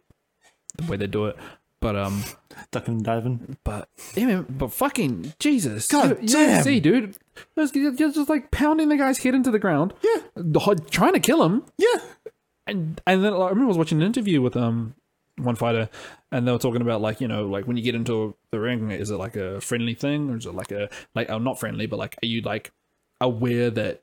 S1: the way they do it. But um,
S3: ducking and diving.
S1: but yeah, but fucking Jesus,
S3: God
S1: U-
S3: damn.
S1: UFC, dude, Those- you're just like pounding the guy's head into the ground.
S3: Yeah.
S1: The ho- trying to kill him.
S3: Yeah,
S1: and and then like, I remember I was watching an interview with um one fighter, and they were talking about like you know like when you get into the ring, is it like a friendly thing or is it like a like oh not friendly, but like are you like aware that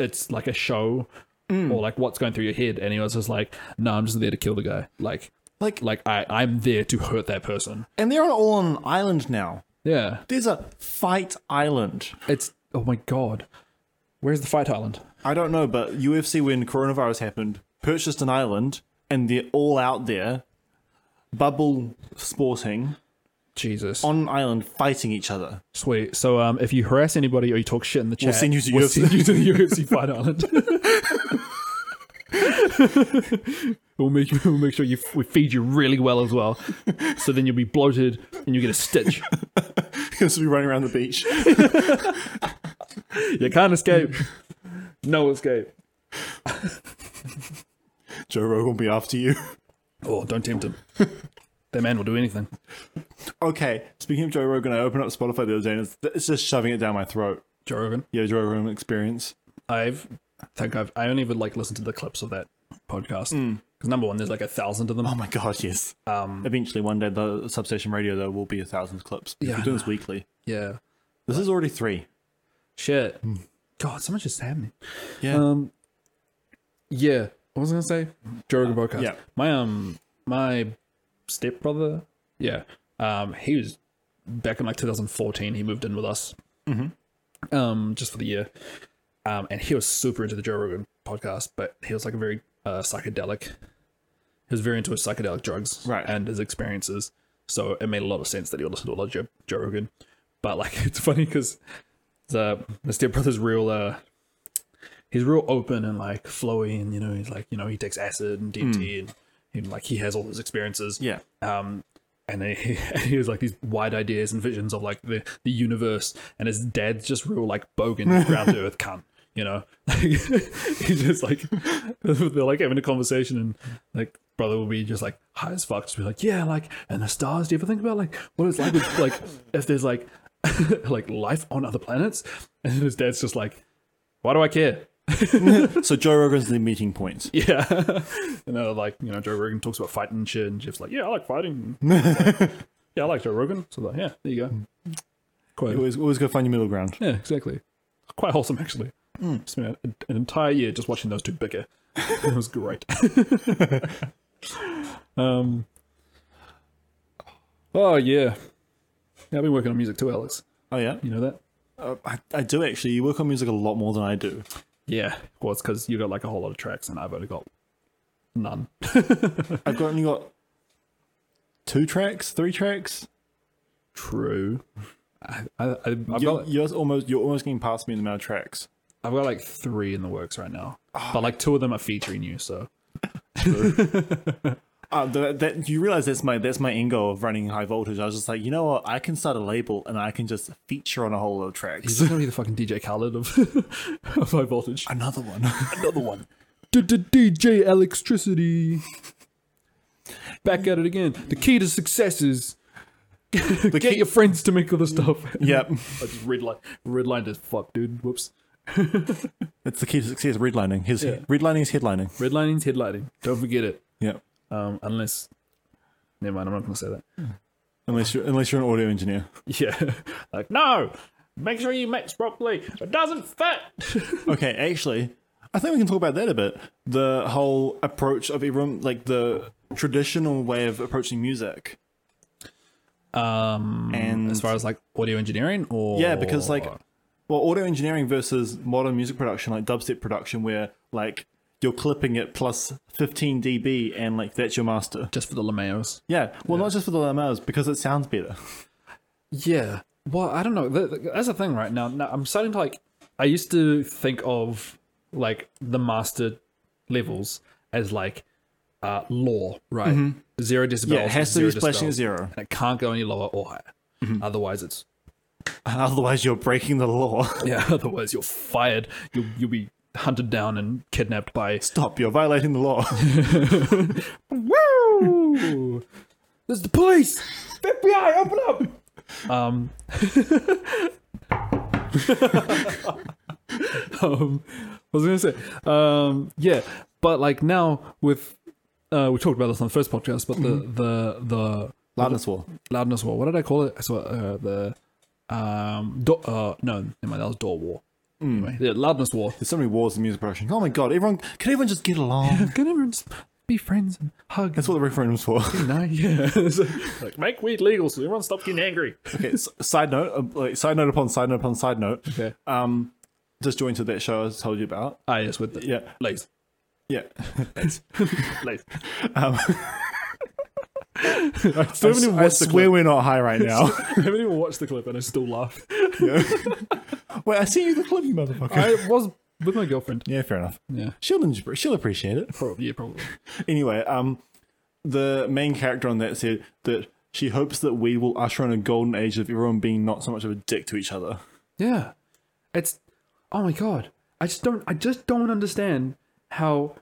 S1: it's like a show or like what's going through your head? And he was just like, no, I'm just there to kill the guy. Like
S3: like
S1: like I I'm there to hurt that person.
S3: and they're all on an island now.
S1: Yeah,
S3: There's a fight island.
S1: it's oh my god, where's the fight island?
S3: I don't know, but UFC when coronavirus happened purchased an island and they're all out there, bubble sporting
S1: Jesus,
S3: on an island fighting each other.
S1: sweet. So um, if you harass anybody or you talk shit in the chat,
S3: send you to
S1: we'll
S3: UFC.
S1: send you to the
S3: (laughs)
S1: UFC fight island. (laughs) we'll make you, we'll make sure you we feed you really well as well. So then you'll be bloated and you get a stitch.
S3: Because we running around the beach. (laughs)
S1: You can't escape. No escape.
S3: Joe Rogan will be after you. (laughs)
S1: Oh, don't tempt him. That man will do anything.
S3: Okay, speaking of Joe Rogan, I opened up Spotify the other day and it's, it's just shoving it down my throat.
S1: Joe Rogan.
S3: Yeah, Joe Rogan experience.
S1: I've I think I've I only ever like listened to the clips of that podcast because number one, there's like a thousand of them.
S3: Mm. Oh my god, yes. Um, Eventually, one day, the substation radio, though, will be a thousand clips.
S1: Yeah,
S3: Yeah,
S1: I
S3: we're doing this weekly.
S1: Yeah.
S3: This is already three.
S1: Shit.
S3: Mm.
S1: God, so much is happening.
S3: Yeah.
S1: Um. Yeah, what was I gonna say? Joe Rogan podcast.
S3: yeah.
S1: My um my stepbrother. Yeah. Um. He was back in like 2014. He moved in with us. Mm-hmm. Um. Just for the year. Um, and he was super into the Joe Rogan podcast, but he was like a very uh, psychedelic. He was very into his psychedelic drugs
S3: Right.
S1: and his experiences. So it made a lot of sense that he would listen to a lot of Joe, Joe Rogan. But like, (laughs) it's funny because the uh, the Step Brother's real uh he's real open and like flowy and you know he's like you know he takes acid and DMT and, and like he has all his experiences
S3: Yeah.
S1: um and then he, (laughs) he has like these wide ideas and visions of like the the universe and his dad's just real like bogan ground to earth cunt you know (laughs) he's just like (laughs) they're like having a conversation and like brother will be just like high as fuck just be like yeah like and the stars do you ever think about like what it's like with, like if there's like (laughs) like life on other planets and his dad's just like why do i care
S3: So Joe Rogan's the meeting point.
S1: yeah. (laughs) and they're like, you know, Joe Rogan talks about fighting and shit, and Jeff's like, yeah, I like fighting. (laughs) yeah, I like Joe Rogan. So like, yeah, there you go. Quite,
S3: Always, always go find your middle ground.
S1: yeah, exactly. Quite wholesome, actually. Spent an an entire year just watching those two (laughs) bicker. it was (laughs) great. um. Oh yeah, yeah. I've been working on music too, Alex.
S3: Oh yeah,
S1: You know that?
S3: uh, I, I do actually. You work on music a lot more than I do.
S1: Yeah. Well, it's because you got like a whole lot of tracks, and I've only got none.
S3: I've got only got two tracks, three tracks.
S1: True. I, I, I, I've
S3: You're,
S1: got
S3: you're almost you're almost getting past me in the amount of tracks.
S1: I've got like three in the works right now, but like two of them are featuring you. So
S3: Uh, that, that you realize that's my that's my end goal of running high voltage. I was just like, you know what? I can start a label and I can just feature on a whole lot of tracks.
S1: he's gonna be the fucking DJ Khaled of, (laughs) of high voltage.
S3: Another one.
S1: Another (laughs) one, DJ Electricity. Back at it again. The key to success is (laughs)
S3: The
S1: get
S3: key-
S1: your friends to (laughs) make all the stuff.
S3: Yep,
S1: I just red line, red line as fuck, dude. Whoops.
S3: it's the key to success. Redlining. His redlining is headlining.
S1: Redlining's headlighting. Don't forget it.
S3: Yep.
S1: Um, unless, never mind. I'm not gonna say that. (laughs)
S3: Unless you're unless you're an audio engineer.
S1: Yeah. like no. Make sure you mix properly. It doesn't fit.
S3: Okay, actually, I think we can talk about that a bit. The whole approach of everyone, like the traditional way of approaching music.
S1: Um,
S3: And-
S1: as far as like audio engineering, or
S3: Yeah, because like, well, audio engineering versus modern music production, like dubstep production, where like you're clipping it plus 15 dB and like that's your master.
S1: just for the Lameos.
S3: Yeah, well, not just for the LMOs, because it sounds better. (laughs)
S1: Yeah. Well, I don't know. Th- th- That's the thing right now. Now I'm starting to like. I used to think of like the master levels as like uh law, right? Zero decibels.
S3: Yeah, it has to
S1: zero Mm-hmm.
S3: be splashing
S1: decibels,
S3: zero.
S1: and it can't go any lower or higher. Otherwise, it's (laughs)
S3: Otherwise, you're breaking the law. (laughs)
S1: yeah. Otherwise, you're fired. You'll you'll be hunted down and kidnapped by
S3: Stop, you're violating the law. (laughs)
S1: Woo! There's the police! FBI, open up! Um, (laughs) um, I was gonna say, um, yeah, but like now with, uh, we talked about this on the first podcast, but the the the
S3: Loudness wall.
S1: loudness wall. What did I call it? I saw uh, the um do- uh no, never mind, that was door wall. Anyway, yeah, loudness (laughs) wall.
S3: There's so many wars in music production. Oh my god, everyone, can everyone just get along? (laughs)
S1: Can everyone just be friends and hug?
S3: That's what the referendum's for. (laughs)
S1: No, (laughs) yeah. like make weed legal so everyone stop getting angry.
S3: Okay, s- side note, uh, like side note upon side note upon side note.
S1: Okay.
S3: Um, just joined to that show I told you about.
S1: Ah, yes, with the
S3: Yeah,
S1: lace,
S3: (laughs) yeah.
S1: (laughs) lace.
S3: So
S1: many
S3: I,
S1: what's the
S3: swear we're not high (laughs) right now.
S1: I haven't even watched the clip and I still laugh.
S3: Wait, I see you the clip, you motherfucker.
S1: I was with my girlfriend.
S3: yeah, fair enough.
S1: Yeah,
S3: She'll en- she'll appreciate it.
S1: probably. Yeah, probably.
S3: Anyway, um, the main character on that said that she hopes that we will usher in a golden age of everyone being not so much of a dick to each other.
S1: Yeah, it's. Oh my god, I just don't. I just don't understand how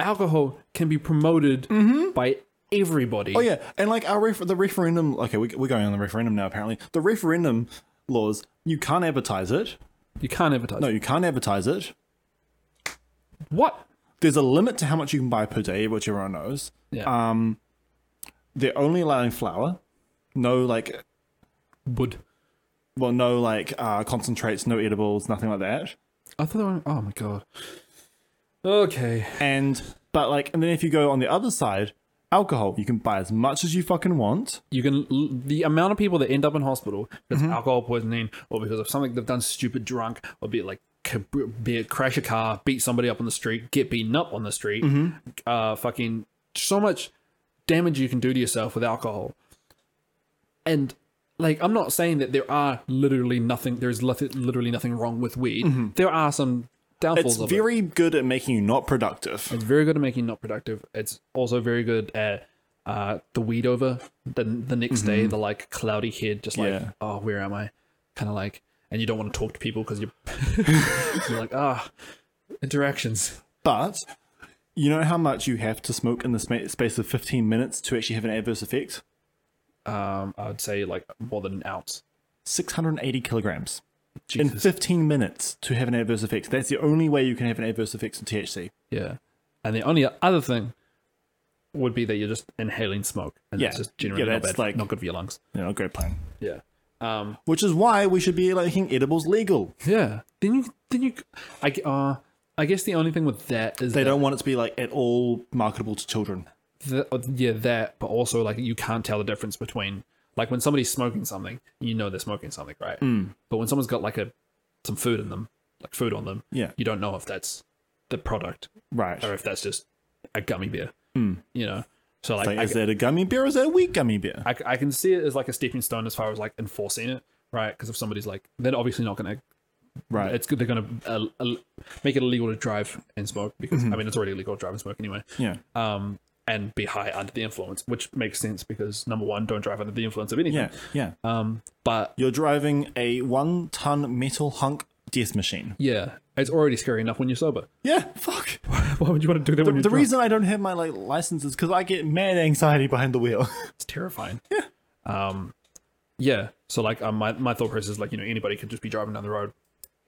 S1: alcohol can be promoted by everybody.
S3: Oh yeah, and like our ref- the referendum. Okay, we- we're going on the referendum now. Apparently, the referendum laws. You can't advertise it.
S1: you can't advertise.
S3: No, you can't advertise it.
S1: What?
S3: There's a limit to how much you can buy per day, which everyone knows.
S1: Yeah.
S3: They're only allowing flour. No, like,
S1: Wood.
S3: well, no, like uh, concentrates, no edibles, nothing like that.
S1: I thought. They were, oh my god. Okay.
S3: And but like, and then if you go on the other side, alcohol, you can buy as much as you fucking want.
S1: you can l- the amount
S3: Mm-hmm.
S1: of people that end up in hospital because of alcohol poisoning or because of something they've done stupid drunk or be it like c- be it crash a car, beat somebody up on the street, get beaten up on the street,
S3: Mm-hmm.
S1: uh, fucking so much damage you can do to yourself with alcohol. And like, I'm not saying that there are literally nothing. There is lit- literally nothing wrong with weed. There are some downfalls
S3: Mm-hmm.
S1: of
S3: It's
S1: it.
S3: very good at making you not productive.
S1: It's very good at making you not productive. It's also very good at uh, the weed over the the next day, the like cloudy head, just like
S3: Mm-hmm. Yeah.
S1: oh, where am I? Kind of like, and you don't want to talk to people because
S3: (laughs)
S1: you're, (laughs) you're like ah, interactions.
S3: But you know how much you have to smoke in the sma- space of 15 minutes to actually have an adverse effect?
S1: Um, I would say like more than an ounce.
S3: 680 kilograms. In
S1: Jesus,
S3: 15 minutes to have an adverse effect. That's the only way you can have an adverse effect in THC.
S1: yeah. And the only other thing would be that you're just inhaling smoke, and
S3: Yeah.
S1: it's just generally
S3: Yeah,
S1: not
S3: that's
S1: bad,
S3: like-
S1: not good for your lungs.
S3: You know, great plan.
S1: Yeah. Um,
S3: Which is why we should be making edibles legal.
S1: yeah. Then you, then you, I, gu- uh, I guess the only thing with that is
S3: They
S1: that
S3: don't want it to be like at all marketable to children.
S1: Th uh, yeah, that, but also like you can't tell the difference between like when somebody's smoking something, you know they're smoking something, right?
S3: Hmm.
S1: But when someone's got like a some food in them, like food on them,
S3: Yeah.
S1: you don't know if that's the product
S3: Right.
S1: or if that's just a gummy beer, you know. So like,
S3: Hmm. Like,
S1: I,
S3: is that a gummy bear or is that a weak gummy bear?
S1: I, I can see it as like a stepping stone as far as like enforcing it, right? Because if somebody's like, they're obviously not gonna.
S3: Right.
S1: It's good they're gonna uh, uh, make it illegal to drive and smoke because
S3: Mm-hmm.
S1: I mean it's already illegal to drive and smoke anyway
S3: yeah.
S1: um, and be high under the influence, which makes sense because number one, don't drive under the influence of anything.
S3: Yeah. Yeah.
S1: Um, but
S3: Uh, You're driving a one ton metal hunk death machine.
S1: yeah, it's already scary enough when you're sober. (laughs)
S3: Yeah. Fuck.
S1: Why would you want to do that when
S3: The
S1: you're drunk?
S3: reason I don't have my like license is because I get mad anxiety behind the wheel. (laughs)
S1: It's terrifying. Yeah. Um, yeah. So like, um, my my thought process is like, you know, anybody could just be driving down the road,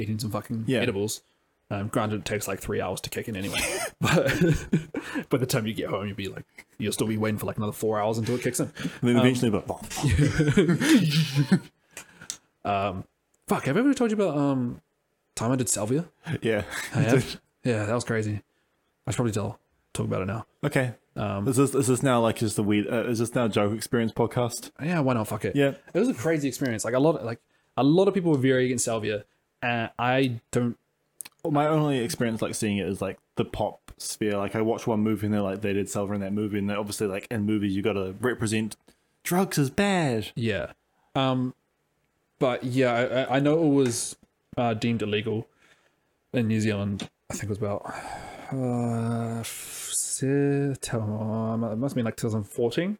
S1: eating some fucking
S3: Yeah.
S1: edibles. Um, granted, it takes like three hours to kick in
S3: (laughs)
S1: anyway. (laughs) but by the time you get home, you'll be like, you'll still be waiting for like another four hours until it kicks in.
S3: and then eventually, but
S1: Fuck, have I ever told you about um, time I did salvia?
S3: (laughs) yeah.
S1: Oh, Yeah, yeah, that was crazy. I should probably tell talk about it now.
S3: okay.
S1: Um,
S3: is this is this now like just the weed? Uh, is this now joke experience podcast?
S1: Yeah, why not? Fuck it.
S3: Yeah.
S1: it was a crazy experience. Like a lot, like a lot of people were very against salvia, and I don't.
S3: Well, my only experience like seeing it is like the pop sphere. Like I watched one movie and they're like they did silver in that movie, and they obviously like in movies you got to represent drugs is bad.
S1: Yeah, um, but yeah, I, I- I know it was uh, deemed illegal in New Zealand. I think it was about uh, se- tell- oh, it must have been like 2014,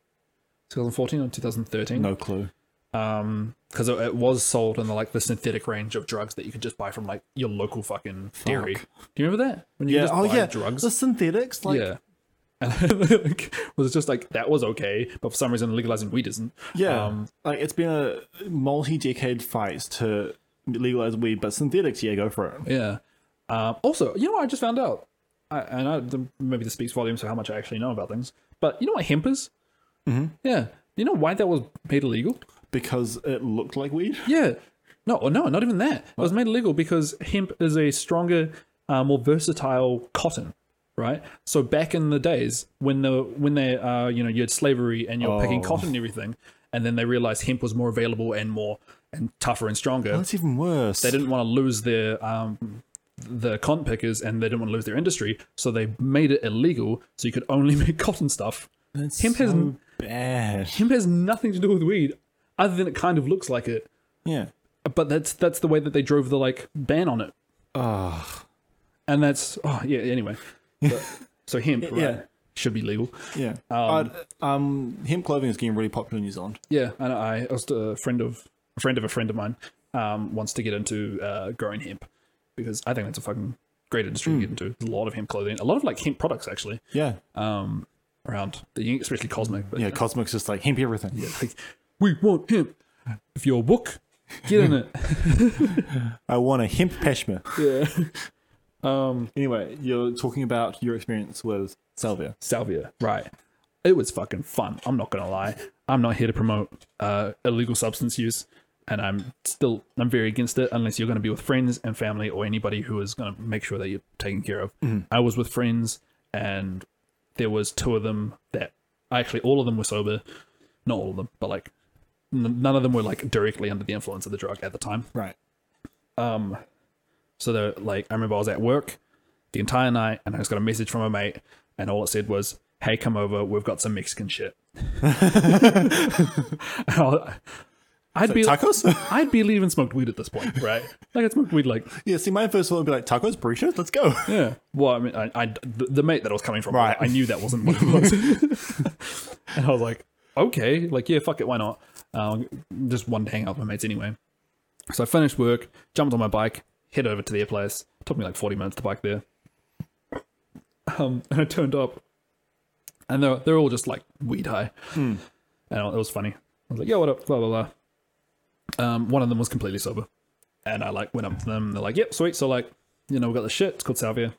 S1: 2014 or 2013.
S3: No clue.
S1: um because it, it was sold in the like the synthetic range of drugs that you could just buy from like your local fucking dairy. Do you remember that when you
S3: Yeah.
S1: could just
S3: Oh
S1: buy
S3: yeah.
S1: drugs?
S3: The synthetics. Like,
S1: yeah. And (laughs) like, was just like that was okay, but for some reason legalizing weed isn't.
S3: Yeah,
S1: Um,
S3: like it's been a multi-decade fight to legalize weed, but synthetics, yeah, go for it.
S1: Yeah. Um, also, you know what I just found out, I, and I, the, maybe this speaks volumes to how much I actually know about things. But you know what hemp is? Mm-hmm. Yeah. You know why that was made illegal?
S3: because it looked like weed.
S1: Yeah. No, or no, not even that. It was made illegal because hemp is a stronger, uh, more versatile cotton, right? So back in the days when the when they uh, you know you had slavery and you're picking
S3: Oh.
S1: cotton and everything, and then they realized hemp was more available and more and tougher and stronger.
S3: That's even worse.
S1: They didn't want to lose their um, the cotton pickers and they didn't want to lose their industry, so they made it illegal so you could only (laughs) make cotton stuff.
S3: That's
S1: hemp has-
S3: so bad.
S1: Hemp has nothing to do with weed, other than it kind of looks like it.
S3: Yeah.
S1: but that's that's the way that they drove the like ban on it
S3: Ugh.
S1: and that's oh yeah anyway But- so hemp right,
S3: (laughs) Yeah.
S1: should be legal
S3: Yeah. Um, um, hemp clothing is getting really popular in New Zealand.
S1: yeah and i I was a friend of a friend of a friend of mine um wants to get into uh growing hemp because i think that's a fucking great industry
S3: Hmm.
S1: to get into There's a lot of hemp clothing a lot of like hemp products actually
S3: Yeah.
S1: um around the especially cosmic but
S3: yeah. Cosmic's just like hemp everything.
S1: like we want hemp if you're a book get
S3: (laughs)
S1: in it
S3: I want a hemp pashmere. (laughs)
S1: yeah um
S3: anyway, you're talking about your experience with salvia.
S1: salvia. Right. It was fucking fun. I'm not gonna lie. I'm not here to promote uh, illegal substance use, and I'm still I'm very against it unless you're gonna be with friends and family or anybody who is gonna make sure that you're taken care of. I was with friends, and there was two of them that actually all of them were sober. Not all of them, but like n- none of them were like directly under the influence of the drug at the time
S3: Right.
S1: Um, So they're like, I remember I was at work the entire night, and I just got a message from a mate, and all it said was, "Hey, come over. We've got some Mexican shit." (laughs) I'd be,
S3: tacos? (laughs)
S1: I'd be even smoked weed at this point, right? like I'd smoked weed like
S3: yeah, see, my first thought would be like, tacos, burritos, let's go.
S1: yeah. Well, I mean, I, I- the, the mate that I was coming from,
S3: Right.
S1: I knew that wasn't what it was, and I was like, okay, like yeah, fuck it, why not? Um, just wanted to hang out with my mates anyway. So I finished work, jumped on my bike, head over to their place. took me like forty minutes to bike there. Um, (laughs) and I turned up, and they're they're all just like weed high, and it was funny. I was like, yeah, what up, blah blah blah. Um, one of them was completely sober and I like went up to them. And they're like, "Yep, sweet." So like, you know, we got the shit. It's called salvia. And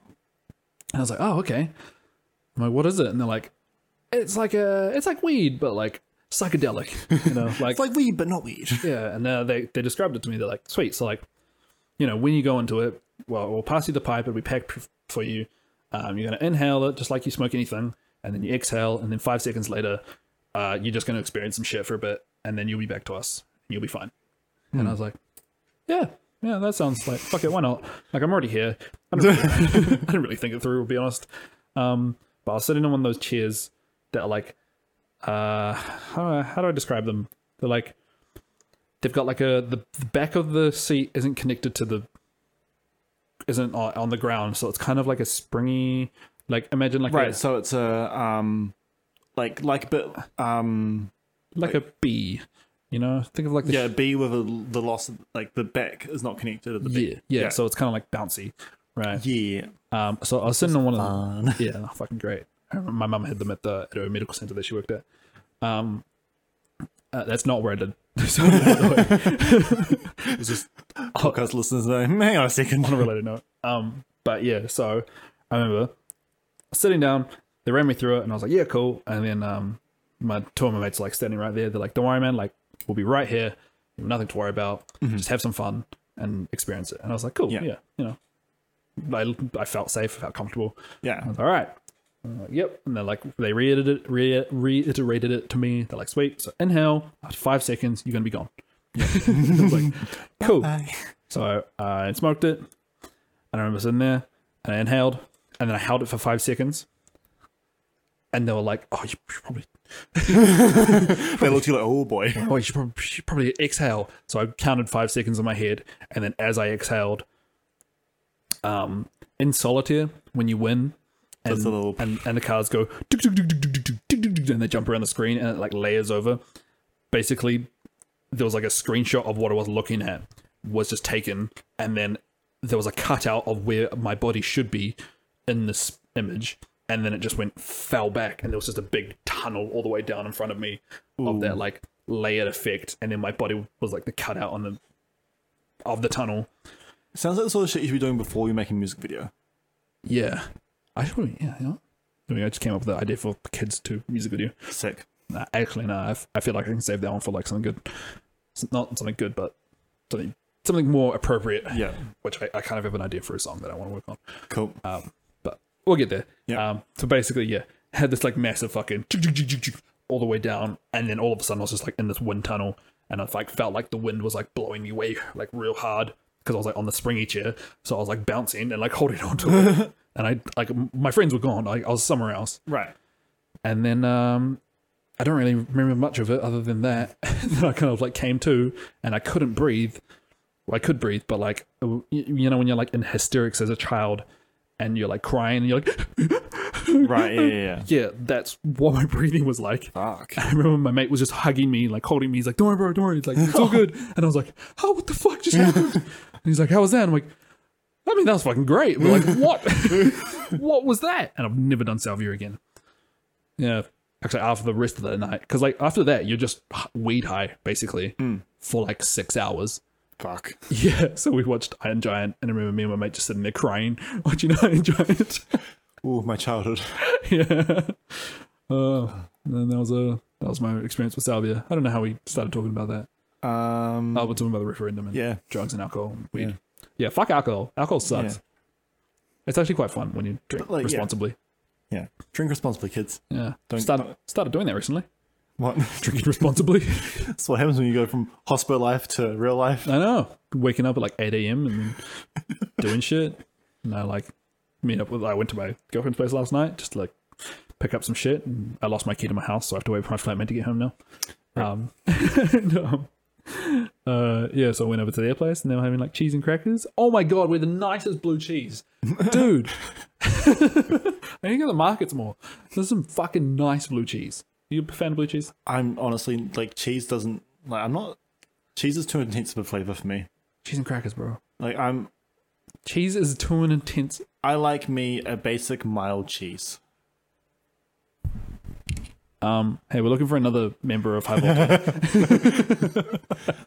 S1: I was like, "Oh, okay." I'm like, "What is it?" And they're like, "It's like a, it's like weed, but like psychedelic." You know, like,
S3: It's like weed, but not weed.
S1: yeah. And uh, they they described it to me. They're like, "Sweet." So like, you know, when you go into it, well, we'll pass you the pipe and we pack p- for you. Um, you're gonna inhale it just like you smoke anything, and then you exhale, and then five seconds later, uh, you're just gonna experience some shit for a bit, and then you'll be back to us. And you'll be fine. And
S3: Hmm.
S1: I was like, yeah, yeah, that sounds like fuck it. Why not? Like I'm already here. I
S3: (laughs)
S1: didn't really, (laughs) I didn't really think it through, to be honest. Um, but I was sitting in one of those chairs that are like, uh, how, do I- how do I describe them? They're like, they've got like a the, the back of the seat isn't connected to the isn't on, on the ground, so it's kind of like a springy. Like imagine like
S3: Right,
S1: a
S3: so it's a, um, like, like a bit, um,
S1: like a bee, you know. Think of like the
S3: yeah, a B with a, the loss, of, like, the back is not connected to the B.
S1: yeah, yeah. So it's kind of like bouncy, right?
S3: Yeah.
S1: Um, so I was sitting on one of them.
S3: Fun.
S1: yeah, they're fucking great. I remember my mum had them at the at her medical center that she worked at. Um, uh, that's not where I did. (laughs) So, by the way, it's just
S3: Podcast listeners know, (laughs) hang on a second.
S1: on a related note. Um, but yeah, so I remember sitting down. They ran me through it, and I was like, "Yeah, cool." And then um, my two of my mates are, like standing right there. They're like, "Don't worry, man. Like, we'll be right here. You have nothing to worry about. Just have some fun and experience it." And I was like, "Cool, yeah,
S3: Yeah.
S1: you know." I, I felt safe, felt comfortable. I
S3: (laughs) Yeah.
S1: was like, all right. I'm like, yep. And they're like, they reiterated it, re- reiterated it to me. They're like, sweet. So inhale, after five seconds, you're going to be gone. I was (laughs) like, cool. So uh, I smoked it. And I remember sitting there and I inhaled and then I held it for five seconds. And they were like, oh, you should probably,
S3: They looked at you like, oh boy.
S1: oh, you should probably, you should probably exhale. So I counted five seconds in my head. And then as I exhaled, um, in solitaire, when you win, and,
S3: That's a little-
S1: and, and the cards go tick, tick, tick, tick, tick, tick, tick, tick, tick, tick, and they jump around the screen and it like layers over. Basically, there was like a screenshot of what I was looking at was just taken, and then there was a cutout of where my body should be in this image, and then it just went fell back, and there was just a big tunnel all the way down in front of me of that like layered effect, and then my body was like the cutout on the of the tunnel.
S3: Sounds like the sort of shit you should be doing before you make a music video.
S1: Yeah. I should probably, yeah, you know. I mean, I just came up with the idea for the kids to music video.
S3: Sick.
S1: Nah, actually, no, I, f- I feel like I can save that one for like something good. It's not something good, but something something more appropriate.
S3: Yeah.
S1: Which I, I kind of have an idea for a song that I want to work on.
S3: Cool.
S1: Um, but we'll get there.
S3: Yeah.
S1: Um, so basically, yeah, (laughs) had this like massive fucking chuk, chuk, chuk, chuk, chuk all the way down, and then all of a sudden I was just like in this wind tunnel, and I like felt like the wind was like blowing me away like real hard because I was like on the springy chair, so I was like bouncing and like (laughs) holding on to it, and I like m- my friends were gone, I, I was somewhere else,
S3: Right.
S1: and then um, I don't really remember much of it other than that. (laughs) then I kind of like came to, and I couldn't breathe. Well, I could breathe, but like you, you know when you're like in hysterics as a child, and you're like crying, and you're like.
S3: (laughs) Right. Yeah. Yeah.
S1: yeah, that's what my (laughs) breathing was like.
S3: yeah. Fuck.
S1: I remember my mate was just hugging me, like holding me. He's like, "Don't worry, bro, don't worry." He's like, "It's all good." And I was like, "How? what the fuck just happened?" and he's like, "How was that?" I'm like, "I mean, that was fucking great." We're like, "What? what was that?" And I've never done salvia again. Yeah, actually, after the rest of the night, because like after that, you're just h- weed high basically for like six hours. (laughs)
S3: Fuck.
S1: Yeah, so we watched Iron Giant, and I remember me and my mate just sitting there crying (laughs) watching Iron Giant.
S3: Ooh, my childhood.
S1: (laughs) yeah. Uh, and that was a that was my experience with salvia. I don't know how we started talking about that.
S3: Um.
S1: Oh, we're talking about the referendum and
S3: Yeah.
S1: drugs and alcohol, and weed. Yeah. fuck alcohol. Alcohol sucks.
S3: Yeah.
S1: It's actually quite fun when you drink
S3: But, like, yeah.
S1: responsibly.
S3: Yeah. Drink responsibly, kids.
S1: Yeah,
S3: Don't-
S1: started started doing that recently.
S3: What? (laughs)
S1: drinking (laughs) responsibly.
S3: That's what happens when you go from hospital life to real life.
S1: I know. Waking up at like 8 a.m. and (laughs) doing shit. And I like meet up with, I went to my girlfriend's place last night just to like pick up some shit. And I lost my key to my house, so I have to wait for my flatmate to get home now. Um, (laughs) and, um, uh, yeah, so I went over to their place and they were having like cheese and crackers. Oh my God, we're the nicest blue cheese. Dude. (laughs) I need to go to the markets more. There's some fucking nice blue cheese. You a fan of blue cheese?
S3: I'm honestly like cheese doesn't like I'm not cheese is too intense of a flavor for me.
S1: Cheese and crackers, bro.
S3: Like I'm
S1: Cheese is too an intense.
S3: I like me a basic mild cheese.
S1: Um, hey, we're looking for another member of High Voltage.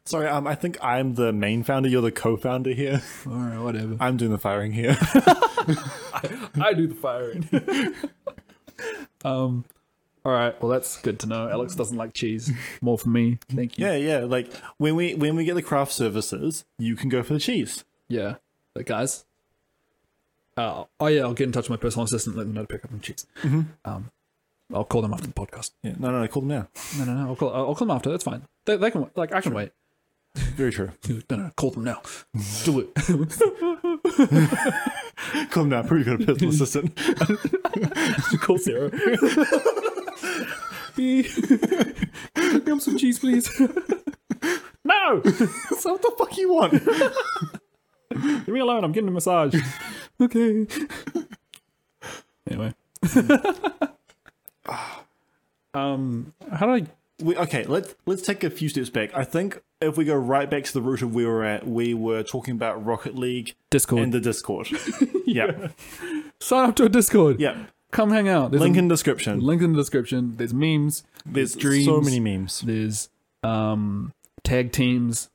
S3: Sorry, um, I think I'm the main founder. You're the co-founder here.
S1: (laughs)
S3: (laughs)
S1: All right, whatever.
S3: I'm doing the firing here.
S1: (laughs)
S3: (laughs)
S1: I do the (laughs) firing. um, all right. Well, that's good to know. Alex doesn't like cheese. More for me. Thank you.
S3: yeah, yeah. Like when we when we get the craft services, you can go for the cheese.
S1: Yeah. But guys. Uh, oh yeah, I'll get in touch with my personal assistant. Let them know to pick up some cheese. Um, I'll call them after the podcast.
S3: Yeah, no, no, no. Call them now.
S1: No, no, no. I'll call. I'll call them after. That's fine. They, they can like I can wait.
S3: Very true.
S1: No, no. Call them (laughs) now. Do it.
S3: (laughs) Call them now. Probably got a personal assistant.
S1: call
S3: (laughs)
S1: Sarah. Bee, pick up some cheese, please. (laughs) no,
S3: so what the fuck you want?
S1: leave me alone. I'm getting a massage. (laughs) okay. Anyway, (laughs) um, how do I?
S3: we, okay, let's let's take a few steps back. I think if we go right back to the root of where we're at, we were talking about Rocket League
S1: Discord.
S3: and the Discord. yeah,
S1: Sign up to a Discord.
S3: yeah.
S1: come hang out. There's
S3: Link
S1: a
S3: in description.
S1: link in the description. There's memes.
S3: There's
S1: dreams.
S3: so many memes.
S1: There's um tag teams.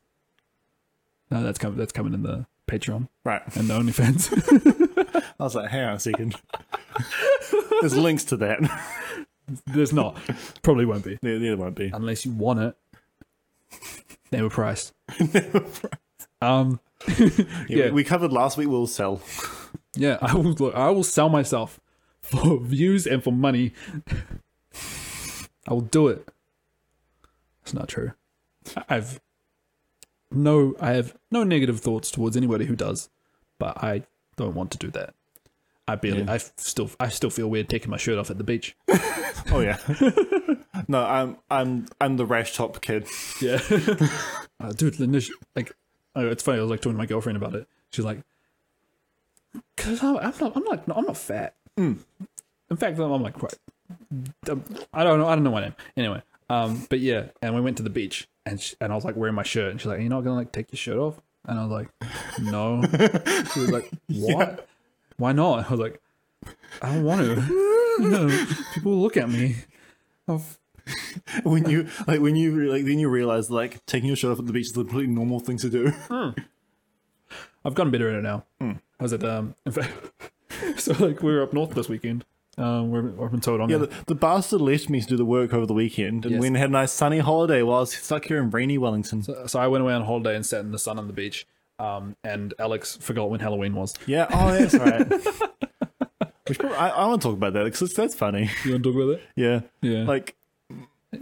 S1: No, that's coming. That's coming in the Patreon
S3: Right.
S1: and the OnlyFans.
S3: (laughs)
S1: (laughs)
S3: I was like, hang on a second. (laughs) There's links to that. (laughs)
S1: There's not. Probably won't be.
S3: there, there won't be.
S1: Unless you want it. Name a
S3: (laughs)
S1: price. Um
S3: Yeah,
S1: yeah.
S3: We covered last week. We'll sell.
S1: yeah, I will look, I will sell myself for views and for money. I will do it. It's not true. I- I've no I have no negative thoughts towards anybody who does, but I don't want to do that. I barely I still I still feel weird taking my shirt off at the beach.
S3: Oh (laughs) yeah. no, I'm I'm I'm the rash top kid. (laughs)
S1: Yeah. uh, dude, the initi- like, oh, it's funny. I was like talking to my girlfriend about it. She's like, "Cause I'm, I'm not, I'm not, I'm not fat. In fact, I'm, I'm like quite. um, I don't know. I don't know what I am. Anyway, um, but yeah, and we went to the beach, and she, and I was like wearing my shirt, and she's like, "You're not gonna like take your shirt off?" And I was like, "No." she was like, "What? Why not?" I was like, "I don't want (laughs) to. no, people will look at me." I've-
S3: When you like when you re- like then you realize like taking your shirt off at the beach is a completely normal thing to do. (laughs)
S1: I've gotten better at it now. I was at um, (laughs) in fact, so like we were up north this weekend. Um, we're we're up in Tauranga.
S3: Yeah, the, the bastard left me to do the work over the weekend and
S1: Yes.
S3: went and had a nice sunny holiday while I was stuck here in rainy Wellington.
S1: so I went away on holiday and sat in the sun on the beach. Um, and Alex forgot when Halloween was.
S3: yeah, oh that's (laughs) right. Which probably, I, I want to talk about that because that's funny. (laughs)
S1: You want to talk about it?
S3: Yeah,
S1: Yeah.
S3: like,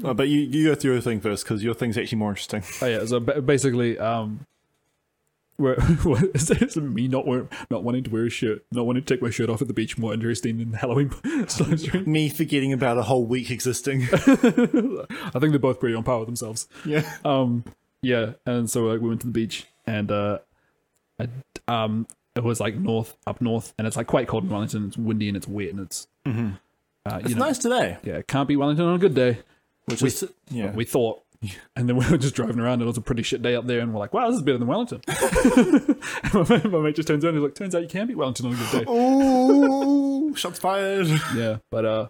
S3: uh, but you you go through your thing first because your thing's actually more interesting. (laughs)
S1: oh yeah. So ba- basically, um, we're, (laughs) is it's me not wear, not wanting to wear a shirt, not wanting to take my shirt off at the beach more interesting than Halloween (laughs) slime stream.
S3: Me forgetting about a whole week existing. (laughs)
S1: I think they're both pretty on par with themselves.
S3: yeah.
S1: um yeah and so like we went to the beach and uh I, um it was like north up north and it's like quite cold in wellington it's windy and it's wet and it's uh, you
S3: It's
S1: know,
S3: nice today.
S1: yeah it can't be wellington on a good day
S3: Which is yeah.
S1: we thought (laughs) and then we were just driving around and it was a pretty shit day up there and we're like wow this is better than
S3: (laughs)
S1: wellington (laughs) And my, mate, my mate just turns around and he's like turns out you can beat wellington on a good
S3: (laughs)
S1: day
S3: Ooh, shots fired. (laughs)
S1: yeah but uh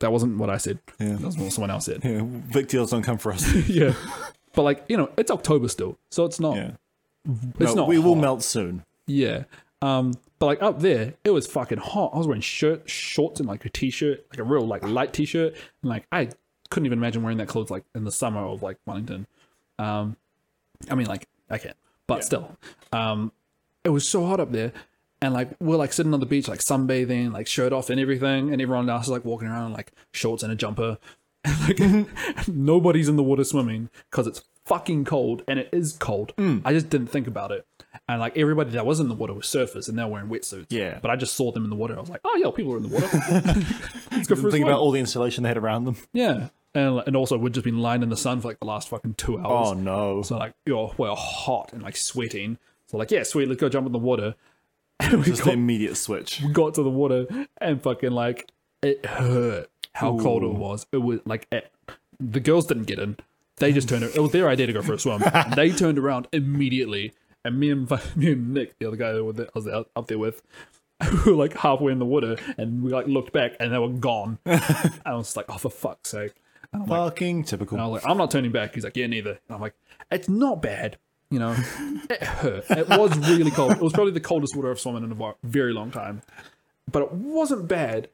S1: that wasn't what i said
S3: Yeah.
S1: that was what someone else
S3: (laughs)
S1: said
S3: Yeah, big deals don't come for us.
S1: yeah but like you know it's october still so it's not
S3: Yeah.
S1: it's
S3: No,
S1: not
S3: we will
S1: hot.
S3: melt soon.
S1: Yeah. Um, but like up there, it was fucking hot. I was wearing shirt, shorts, and like a t-shirt, like a real like light t-shirt, and like I couldn't even imagine wearing that clothes like in the summer of like Wellington. Um, I mean like I can, but still, um, it was so hot up there, and like we're like sitting on the beach like sunbathing, like shirt off and everything, and everyone else is like walking around in, like shorts and a jumper, (laughs) like, (laughs) nobody's in the water swimming because it's fucking cold and it is cold.
S3: Hmm.
S1: I just didn't think about it. And like everybody that was in the water was surfers and they were wearing wetsuits.
S3: Yeah.
S1: But I just saw them in the water. I was like, oh yeah, people are in the
S3: (laughs)
S1: water. Let's go for a swim.
S3: Think about all the insulation they had around them.
S1: yeah. And, and also we'd just been lying in the sun for like the last fucking two hours.
S3: Oh
S1: (laughs)
S3: no.
S1: So like you're we're hot and like sweating. So like, yeah, sweet, let's go jump in the water. (laughs) And we
S3: Just the
S1: got,
S3: immediate switch.
S1: got to the water and fucking like it hurt how cold it was. It was like it, the girls didn't get in. They just turned. It was their idea to go for a swim. they turned around immediately, and me and (laughs) fu- me and Nick, the other guy that was there- I was out- up there with, (laughs) we were like halfway in the water, and we like looked back, and they were gone. and I was like, oh for fuck's sake.
S3: Fucking typical.
S1: And I was like, I'm not turning back. He's like, yeah, neither. And I'm like, it's not bad. You know, it hurt. It was really cold. It was probably the coldest water I've swum in in a vo- very long time, but it wasn't bad.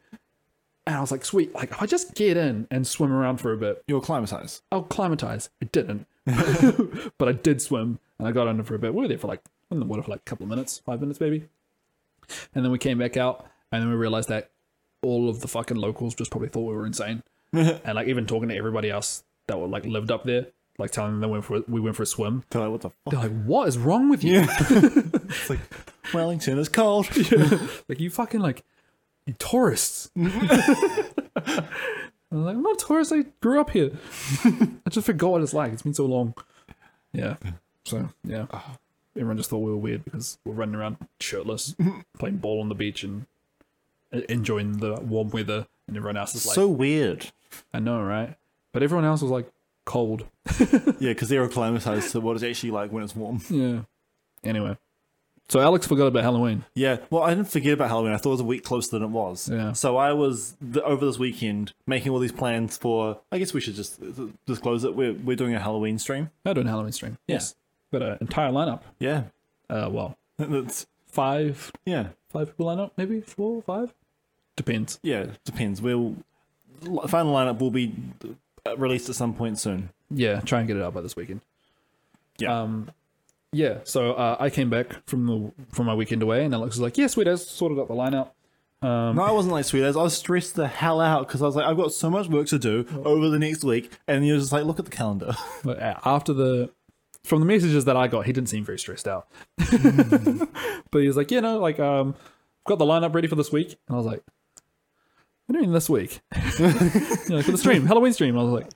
S1: And I was like, sweet. Like, if I just get in and swim around for a bit,
S3: You're acclimatized.
S1: I'll climatize. It didn't, but I did swim and I got under for a bit. We were there for like in the water for like a couple of minutes, five minutes maybe, and then we came back out and then we realized that all of the fucking locals just probably thought we were insane, and like even talking to everybody else that were like lived up there, like telling them they went for we went for a swim.
S3: They're like, what the fuck?
S1: They're like, "What is wrong with you? (laughs)
S3: It's like, Wellington is cold.
S1: Like you fucking like you tourists."
S3: (laughs)
S1: I'm
S3: Mm-hmm.
S1: like, (laughs) "I'm not a tourist. I grew up
S3: (laughs)
S1: here. I just forgot what it's like. It's been so long." Yeah. So yeah,
S3: Ah.
S1: everyone just thought we were weird because we're running around
S3: (laughs)
S1: shirtless, playing ball on the beach and e- enjoying the warm weather, and everyone else is like,
S3: so weird.
S1: "I know, right?" But everyone else was like cold.
S3: Yeah, because they're acclimatized to what it's actually like when it's warm.
S1: Yeah. Anyway, so Alex forgot about Halloween.
S3: Yeah, well, I didn't forget about Halloween. I thought it was a week closer than it was.
S1: Yeah.
S3: So I was th- over this weekend making all these plans for. I guess we should just uh, disclose it. We're we're doing a Halloween stream.
S1: I doing Halloween stream.
S3: Yeah.
S1: Yes, got an entire lineup.
S3: Yeah, (laughs)
S1: Uh, well,
S3: that's
S1: five
S3: yeah,
S1: five people lineup, maybe four five, depends.
S3: yeah. Depends. We'll l- final lineup will be uh, released at some point soon.
S1: Yeah, try and get it out by this weekend.
S3: Yeah.
S1: Um, yeah. So uh, I came back from the from my weekend away, and Alex was like, "Yeah, sweet, I sorted out the lineup."
S3: No, I wasn't like sweet as I was stressed the hell out because I was like, I've got so much work to do over the next week, and you're just like, look at the calendar. (laughs)
S1: But uh, after the from the messages that I got, he didn't seem very stressed out. (laughs) but he was like, "Yeah, no, like um, got the lineup ready for this week," and I was like, "What do you mean this week?" (laughs) you know, for the stream, Halloween stream. I was like,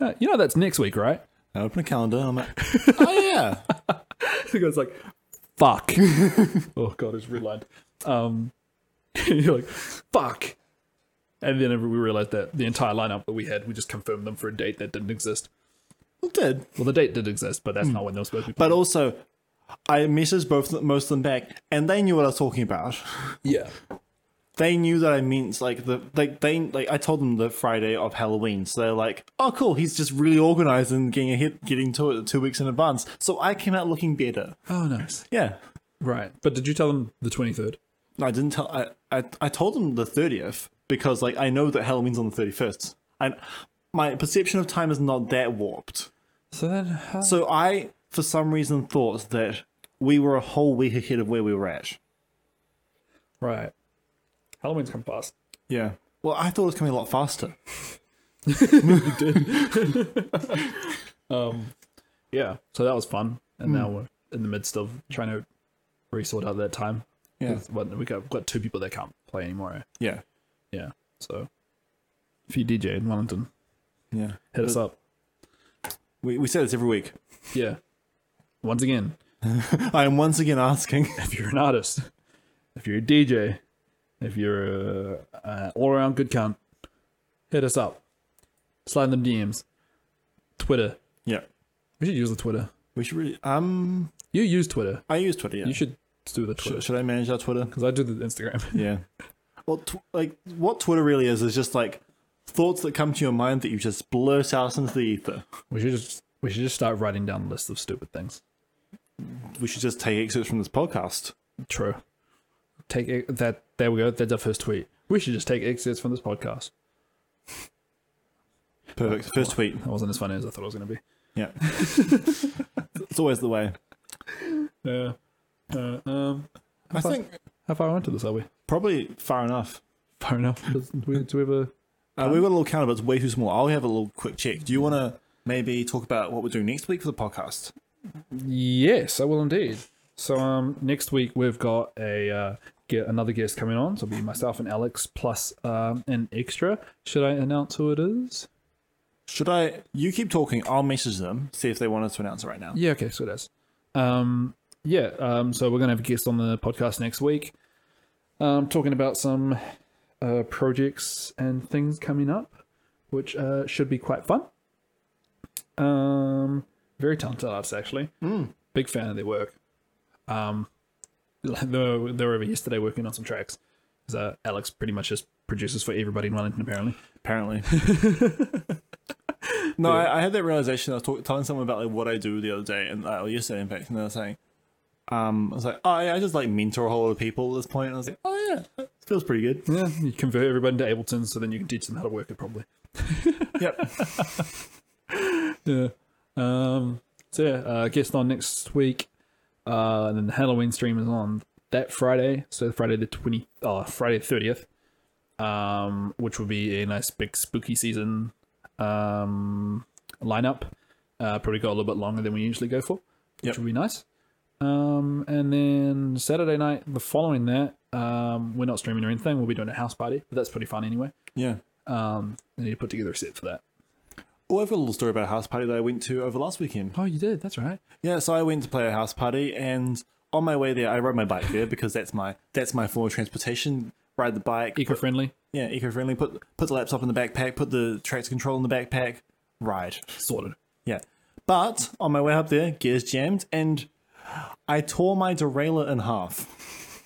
S1: "Uh, "You know, that's next week, right?"
S3: I open a calendar. I'm like, oh yeah,
S1: (laughs) the guy's like,
S3: (laughs)
S1: fuck. oh god, it's redlined. Um, (laughs) you're like, fuck. And then we realized that the entire lineup that we had, we just confirmed them for a date that didn't exist.
S3: it did.
S1: Well, the date did exist, but that's not when they were supposed to be.
S3: Hmm. But also, I messaged both most of them back, and they knew what I was talking about.
S1: yeah,
S3: They knew that I meant like the like they like I told them the Friday of Halloween, so they're like, "Oh, cool, he's just really organized and getting ahead, getting to it two weeks in advance." So I came out looking better.
S1: oh nice,
S3: Yeah,
S1: right. But did you tell them the twenty third?
S3: no, I didn't tell. I I, I told them the thirtieth because like I know that Halloween's on the thirty first, and my perception of time is not that warped.
S1: So then,
S3: So I, for some reason, thought that we were a whole week ahead of where we were at.
S1: right, Halloween's come fast.
S3: Yeah. Well, I thought it was coming a lot faster.
S1: Yeah, so that was fun, and
S3: Hmm.
S1: now we're in the midst of trying to resort out that time.
S3: Yeah.
S1: 'Cause what- we got, got two people that can't play anymore.
S3: Yeah.
S1: Yeah, so if you DJ in Wellington,
S3: Yeah.
S1: hit us up.
S3: We, we say this every week.
S1: Uh, Yeah. Once again,
S3: I am once again asking.
S1: if you're an artist, if you're a DJ, if you're a, a all around good cunt, hit us up. Slide them DMs. Twitter.
S3: (laughs) yeah.
S1: We should use the Twitter.
S3: We should really. Um,
S1: You use Twitter.
S3: I use Twitter. Yeah.
S1: You should do the Twitter
S3: should, should I manage our Twitter?
S1: because I do the Instagram. (laughs)
S3: (laughs) Yeah. Well, tw- like what Twitter really is is just like thoughts that come to your mind that you just blurt out into the ether.
S1: We should just we should just start writing down lists of stupid things.
S3: We should just take excerpts from this podcast.
S1: True. Take e- that. There we go. That's our first tweet. We should just take excerpts from this podcast.
S3: Perfect. First tweet.
S1: That wasn't as funny as I thought it was going to be.
S3: (laughs) Yeah. it's always the way.
S1: Yeah. Uh, um,
S3: I think
S1: how far into this are we?
S3: probably far enough.
S1: (laughs) Fair enough. Does- Do we, do we have a
S3: Uh, we've got a little counter, but it's way too small. I'll have a little quick check. Do you want to maybe talk about what we're doing next week for the podcast?
S1: Yes, I will indeed. So um, next week we've got a uh, get another guest coming on. So it'll be myself and Alex plus um, an extra. Should I announce who it is?
S3: Should I? You keep talking. I'll message them, see if they want us to announce it right now.
S1: Yeah, okay, so it is. Um, yeah, um, so we're gonna have a guest on the podcast next week, um, talking about some uh, projects and things coming up, which uh, should be quite fun. Um, very talented artists, actually. Big fan of their work. Um, (laughs) they were, they were over yesterday working on some tracks. 'Cause, Uh, Alex pretty much just produces for everybody in Wellington, apparently.
S3: Apparently. no, I, I had that realization. I was talk, telling someone about like what I do the other day, and uh, yesterday, in fact, and they were saying, um, I was like, oh yeah, I just like mentor a whole lot of people at this point. And I was like, oh yeah, that feels pretty good.
S1: Yeah, you convert everybody into Ableton, so then you can teach them how to work it properly.
S3: yep.
S1: Yeah. Um, so yeah, uh, guest on next week. Uh, and then the Halloween stream is on that Friday, so Friday the twenty, uh, Friday the thirtieth, um, which will be a nice big spooky season um, lineup. Uh, probably go a little bit longer than we usually go for, which
S3: Yep.
S1: will be nice. Um, and then Saturday night, the following that, um, we're not streaming or anything. We'll be doing a house party, but that's pretty fun anyway.
S3: Yeah.
S1: Um, I need to put together a set for that.
S3: Oh, I've got a little story about a house party that I went to over last weekend.
S1: Oh, you did. That's right.
S3: Yeah, so I went to play a house party, and on my way there, I rode my bike there because that's my that's my form of transportation. Ride the bike,
S1: E Eco-friendly,
S3: yeah, eco-friendly. Put put the laptop in the backpack, put the traction control in the backpack, ride.
S1: sorted.
S3: Yeah, but on my way up there, gears jammed, and I tore my derailleur in half.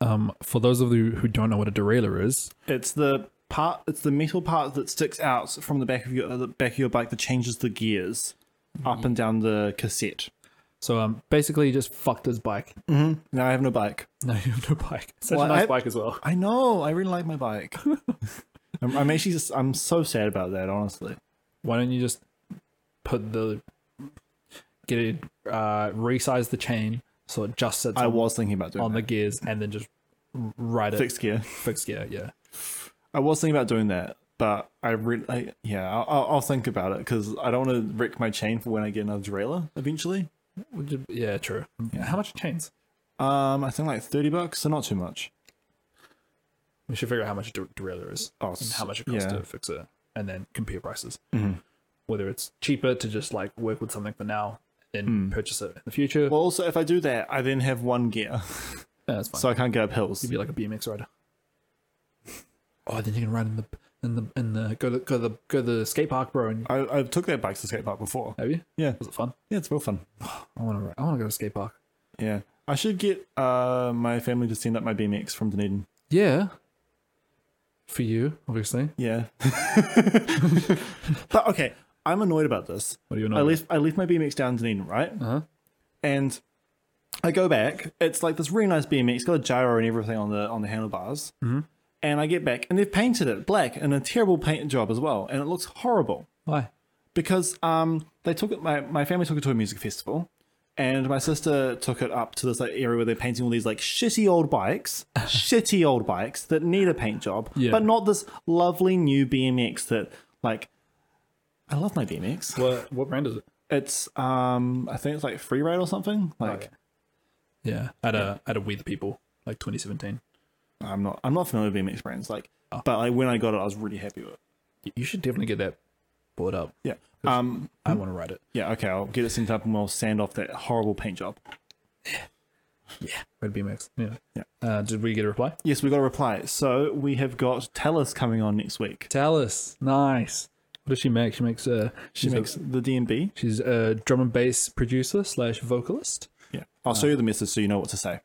S1: Um, for those of you who don't know what a derailleur is,
S3: It's the part, it's the metal part that sticks out from the back of your uh, the back of your bike that changes the gears
S1: Mm-hmm.
S3: up and down the cassette.
S1: so um, basically he just fucked his bike. (laughs)
S3: Now I have no bike.
S1: No, you have no bike. Such
S3: Well,
S1: a nice
S3: I-
S1: bike as well.
S3: I know. I really like
S1: (laughs)
S3: my bike. I'm, I'm actually just, I'm so sad about that, honestly.
S1: Why don't you just put the get it uh, resize the chain so it just sits
S3: I
S1: on,
S3: was thinking about doing
S1: on
S3: that.
S1: the gears and then just ride it
S3: fixed gear.
S1: fixed gear. Yeah,
S3: I was thinking about doing that, but I really, I, yeah, I'll, I'll, I'll think about it because I don't want to wreck my chain for when I get another derailleur eventually.
S1: Would you- yeah, true. How much are chains?
S3: Um, I think like thirty bucks, so not too much.
S1: We should figure out how much a der- derailleur is
S3: Oh,
S1: and
S3: s-
S1: how much it costs
S3: yeah. Mm-hmm.
S1: to fix it, and then compare prices. Whether it's cheaper to just like work with something for now and purchase it in the future.
S3: Mm. Well, also if I do that, I then have one gear, (laughs)
S1: yeah, that's fine.
S3: so I can't get up hills.
S1: be like a BMX rider. (laughs) Oh, then you can ride in the in the in the go to go to the go to the skate park, bro. And
S3: I, I took that bike to skate park before.
S1: have you?
S3: Yeah,
S1: Was it fun?
S3: yeah, it's real fun.
S1: I want to. I want to go to a skate park.
S3: Yeah, I should get uh my family to send up my BMX from Dunedin.
S1: Yeah. For you, obviously.
S3: Yeah. (laughs) but okay, I'm annoyed about this.
S1: What do you know?
S3: I left I left my BMX down in Dunedin, right?
S1: Uh-huh.
S3: And I go back. It's like this really nice BMX, it's got a gyro and everything on the on the handlebars. Mm-hmm. And I get back, and they've painted it black and a terrible paint job as well, and it looks horrible
S1: Why?
S3: because um they took it my, my family took it to a music festival and my sister took it up to this like area where they're painting all these like shitty old bikes shitty old bikes that need a paint job
S1: Yeah.
S3: but not this lovely new bmx that like i love my bmx
S1: What what brand is it?
S3: it's um i think it's like free ride or something like
S1: Yeah, at a at a We the People like 2017.
S3: i'm not i'm not familiar with bmx brands like but like when i got it i was really happy with it
S1: Y- You should definitely get that board up.
S3: yeah um
S1: I want to ride it.
S3: yeah okay i'll get it sent up and we'll sand off that horrible paint job
S1: Red BMX. Yeah.
S3: Yeah.
S1: Uh, did we get a reply?
S3: yes we got a reply so we have got Talus coming on next week
S1: Tell us. Nice. What does she make? She makes uh
S3: She makes the DMB.
S1: she's a drum and bass producer slash vocalist.
S3: Yeah. I'll show you the message so you know what to say.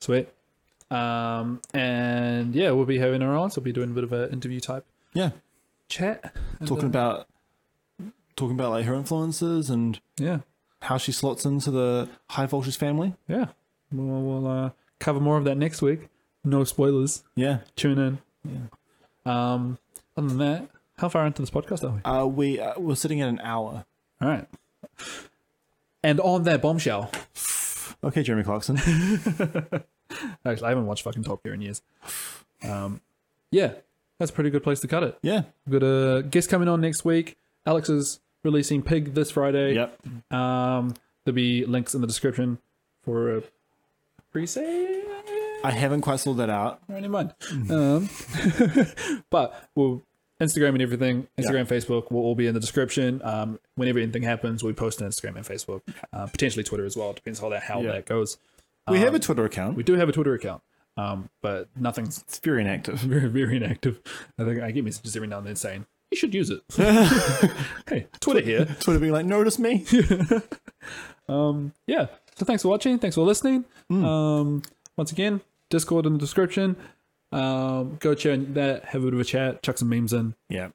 S1: Sweet. Um, and yeah, we'll be having her on, so we'll be doing a bit of an interview type
S3: Yeah.
S1: chat. And, uh,
S3: Talking about talking about like her influences and
S1: yeah,
S3: how she slots into the high voltage family.
S1: yeah. We'll, we'll uh, cover more of that next week. No spoilers.
S3: Yeah.
S1: Tune in. Yeah. Um, other than that, how far into this podcast are we?
S3: Uh, we uh, we're sitting at an hour.
S1: All right. And on that bombshell,
S3: Okay, Jeremy Clarkson. (laughs)
S1: actually, I haven't watched fucking Top Gear in years. Um, yeah, that's a pretty good place to cut it.
S3: Yeah.
S1: We've got a guest coming on next week. Alex is releasing Pig this Friday.
S3: Yep.
S1: Um, there'll be links in the description for a pre-sale.
S3: I haven't quite sorted that out.
S1: Never mind. Um, (laughs) but we'll Instagram and everything, Instagram, Facebook will all be in the description. Um, whenever anything happens, we post on Instagram and Facebook, uh, potentially Twitter as well. It depends how that how
S3: Yeah.
S1: that goes.
S3: We have a Twitter account.
S1: We do have a Twitter account, um, but nothing's (laughs)
S3: it's very inactive.
S1: very very inactive. I think I get messages every now and then saying you should use it. (laughs) hey, Twitter here.
S3: Twitter being like, notice (laughs) me.
S1: yeah so thanks for watching thanks for listening um once again discord in the description um go check that have a bit of a chat chuck some memes in
S3: yeah.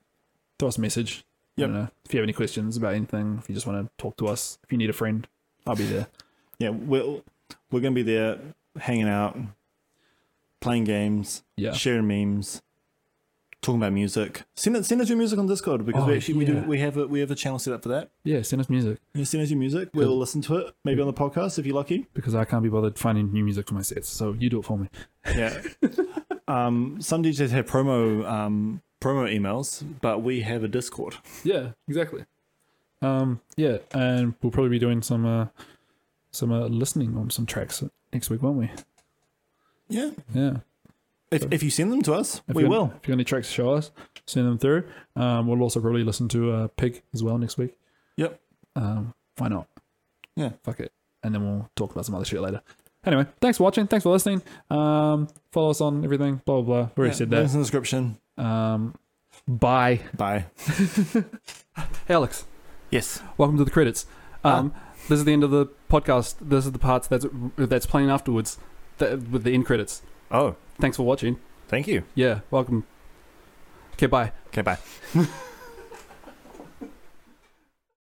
S1: throw us a message I
S3: Yep.
S1: don't know, if you have any questions about anything if you just want to talk to us if you need a friend i'll be there
S3: Yeah. We're, we're going to be there hanging out, playing games,
S1: Yeah.
S3: sharing memes, talking about music. Send, it, send us your music on Discord because
S1: Oh,
S3: we actually we, do,
S1: yeah.
S3: we, have a, we have a channel set up for that.
S1: (laughs) yeah send us music
S3: You send us your music. We'll listen to it, maybe on the podcast if
S1: (laughs)
S3: you're lucky.
S1: because i can't be bothered finding new music for my sets so you do it for me
S3: Yeah. um, some DJs have promo um, promo emails, but we have a Discord.
S1: yeah exactly um yeah and we'll probably be doing some uh some uh, listening on some tracks next week won't we
S3: Yeah.
S1: yeah
S3: If, if you send them to us,
S1: If
S3: we
S1: you-
S3: will.
S1: If you got any tracks, show us, send them through. Um, we'll also probably listen to uh, Pig as well next week.
S3: Yep.
S1: Um, why not?
S3: Yeah.
S1: Fuck it. And then we'll talk about some other shit later. Anyway, thanks for watching. Thanks for listening. Um, follow us on everything. Blah blah blah. We already said
S3: Links
S1: that.
S3: in the description.
S1: Um, bye.
S3: Bye.
S1: Hey Alex,
S3: Yes.
S1: welcome to the credits. Um, this is the end of the podcast. This is the parts that's that's playing afterwards, that, with the end credits.
S3: Oh,
S1: Thanks for watching.
S3: thank you.
S1: Yeah, welcome. Okay, bye.
S3: Okay, bye.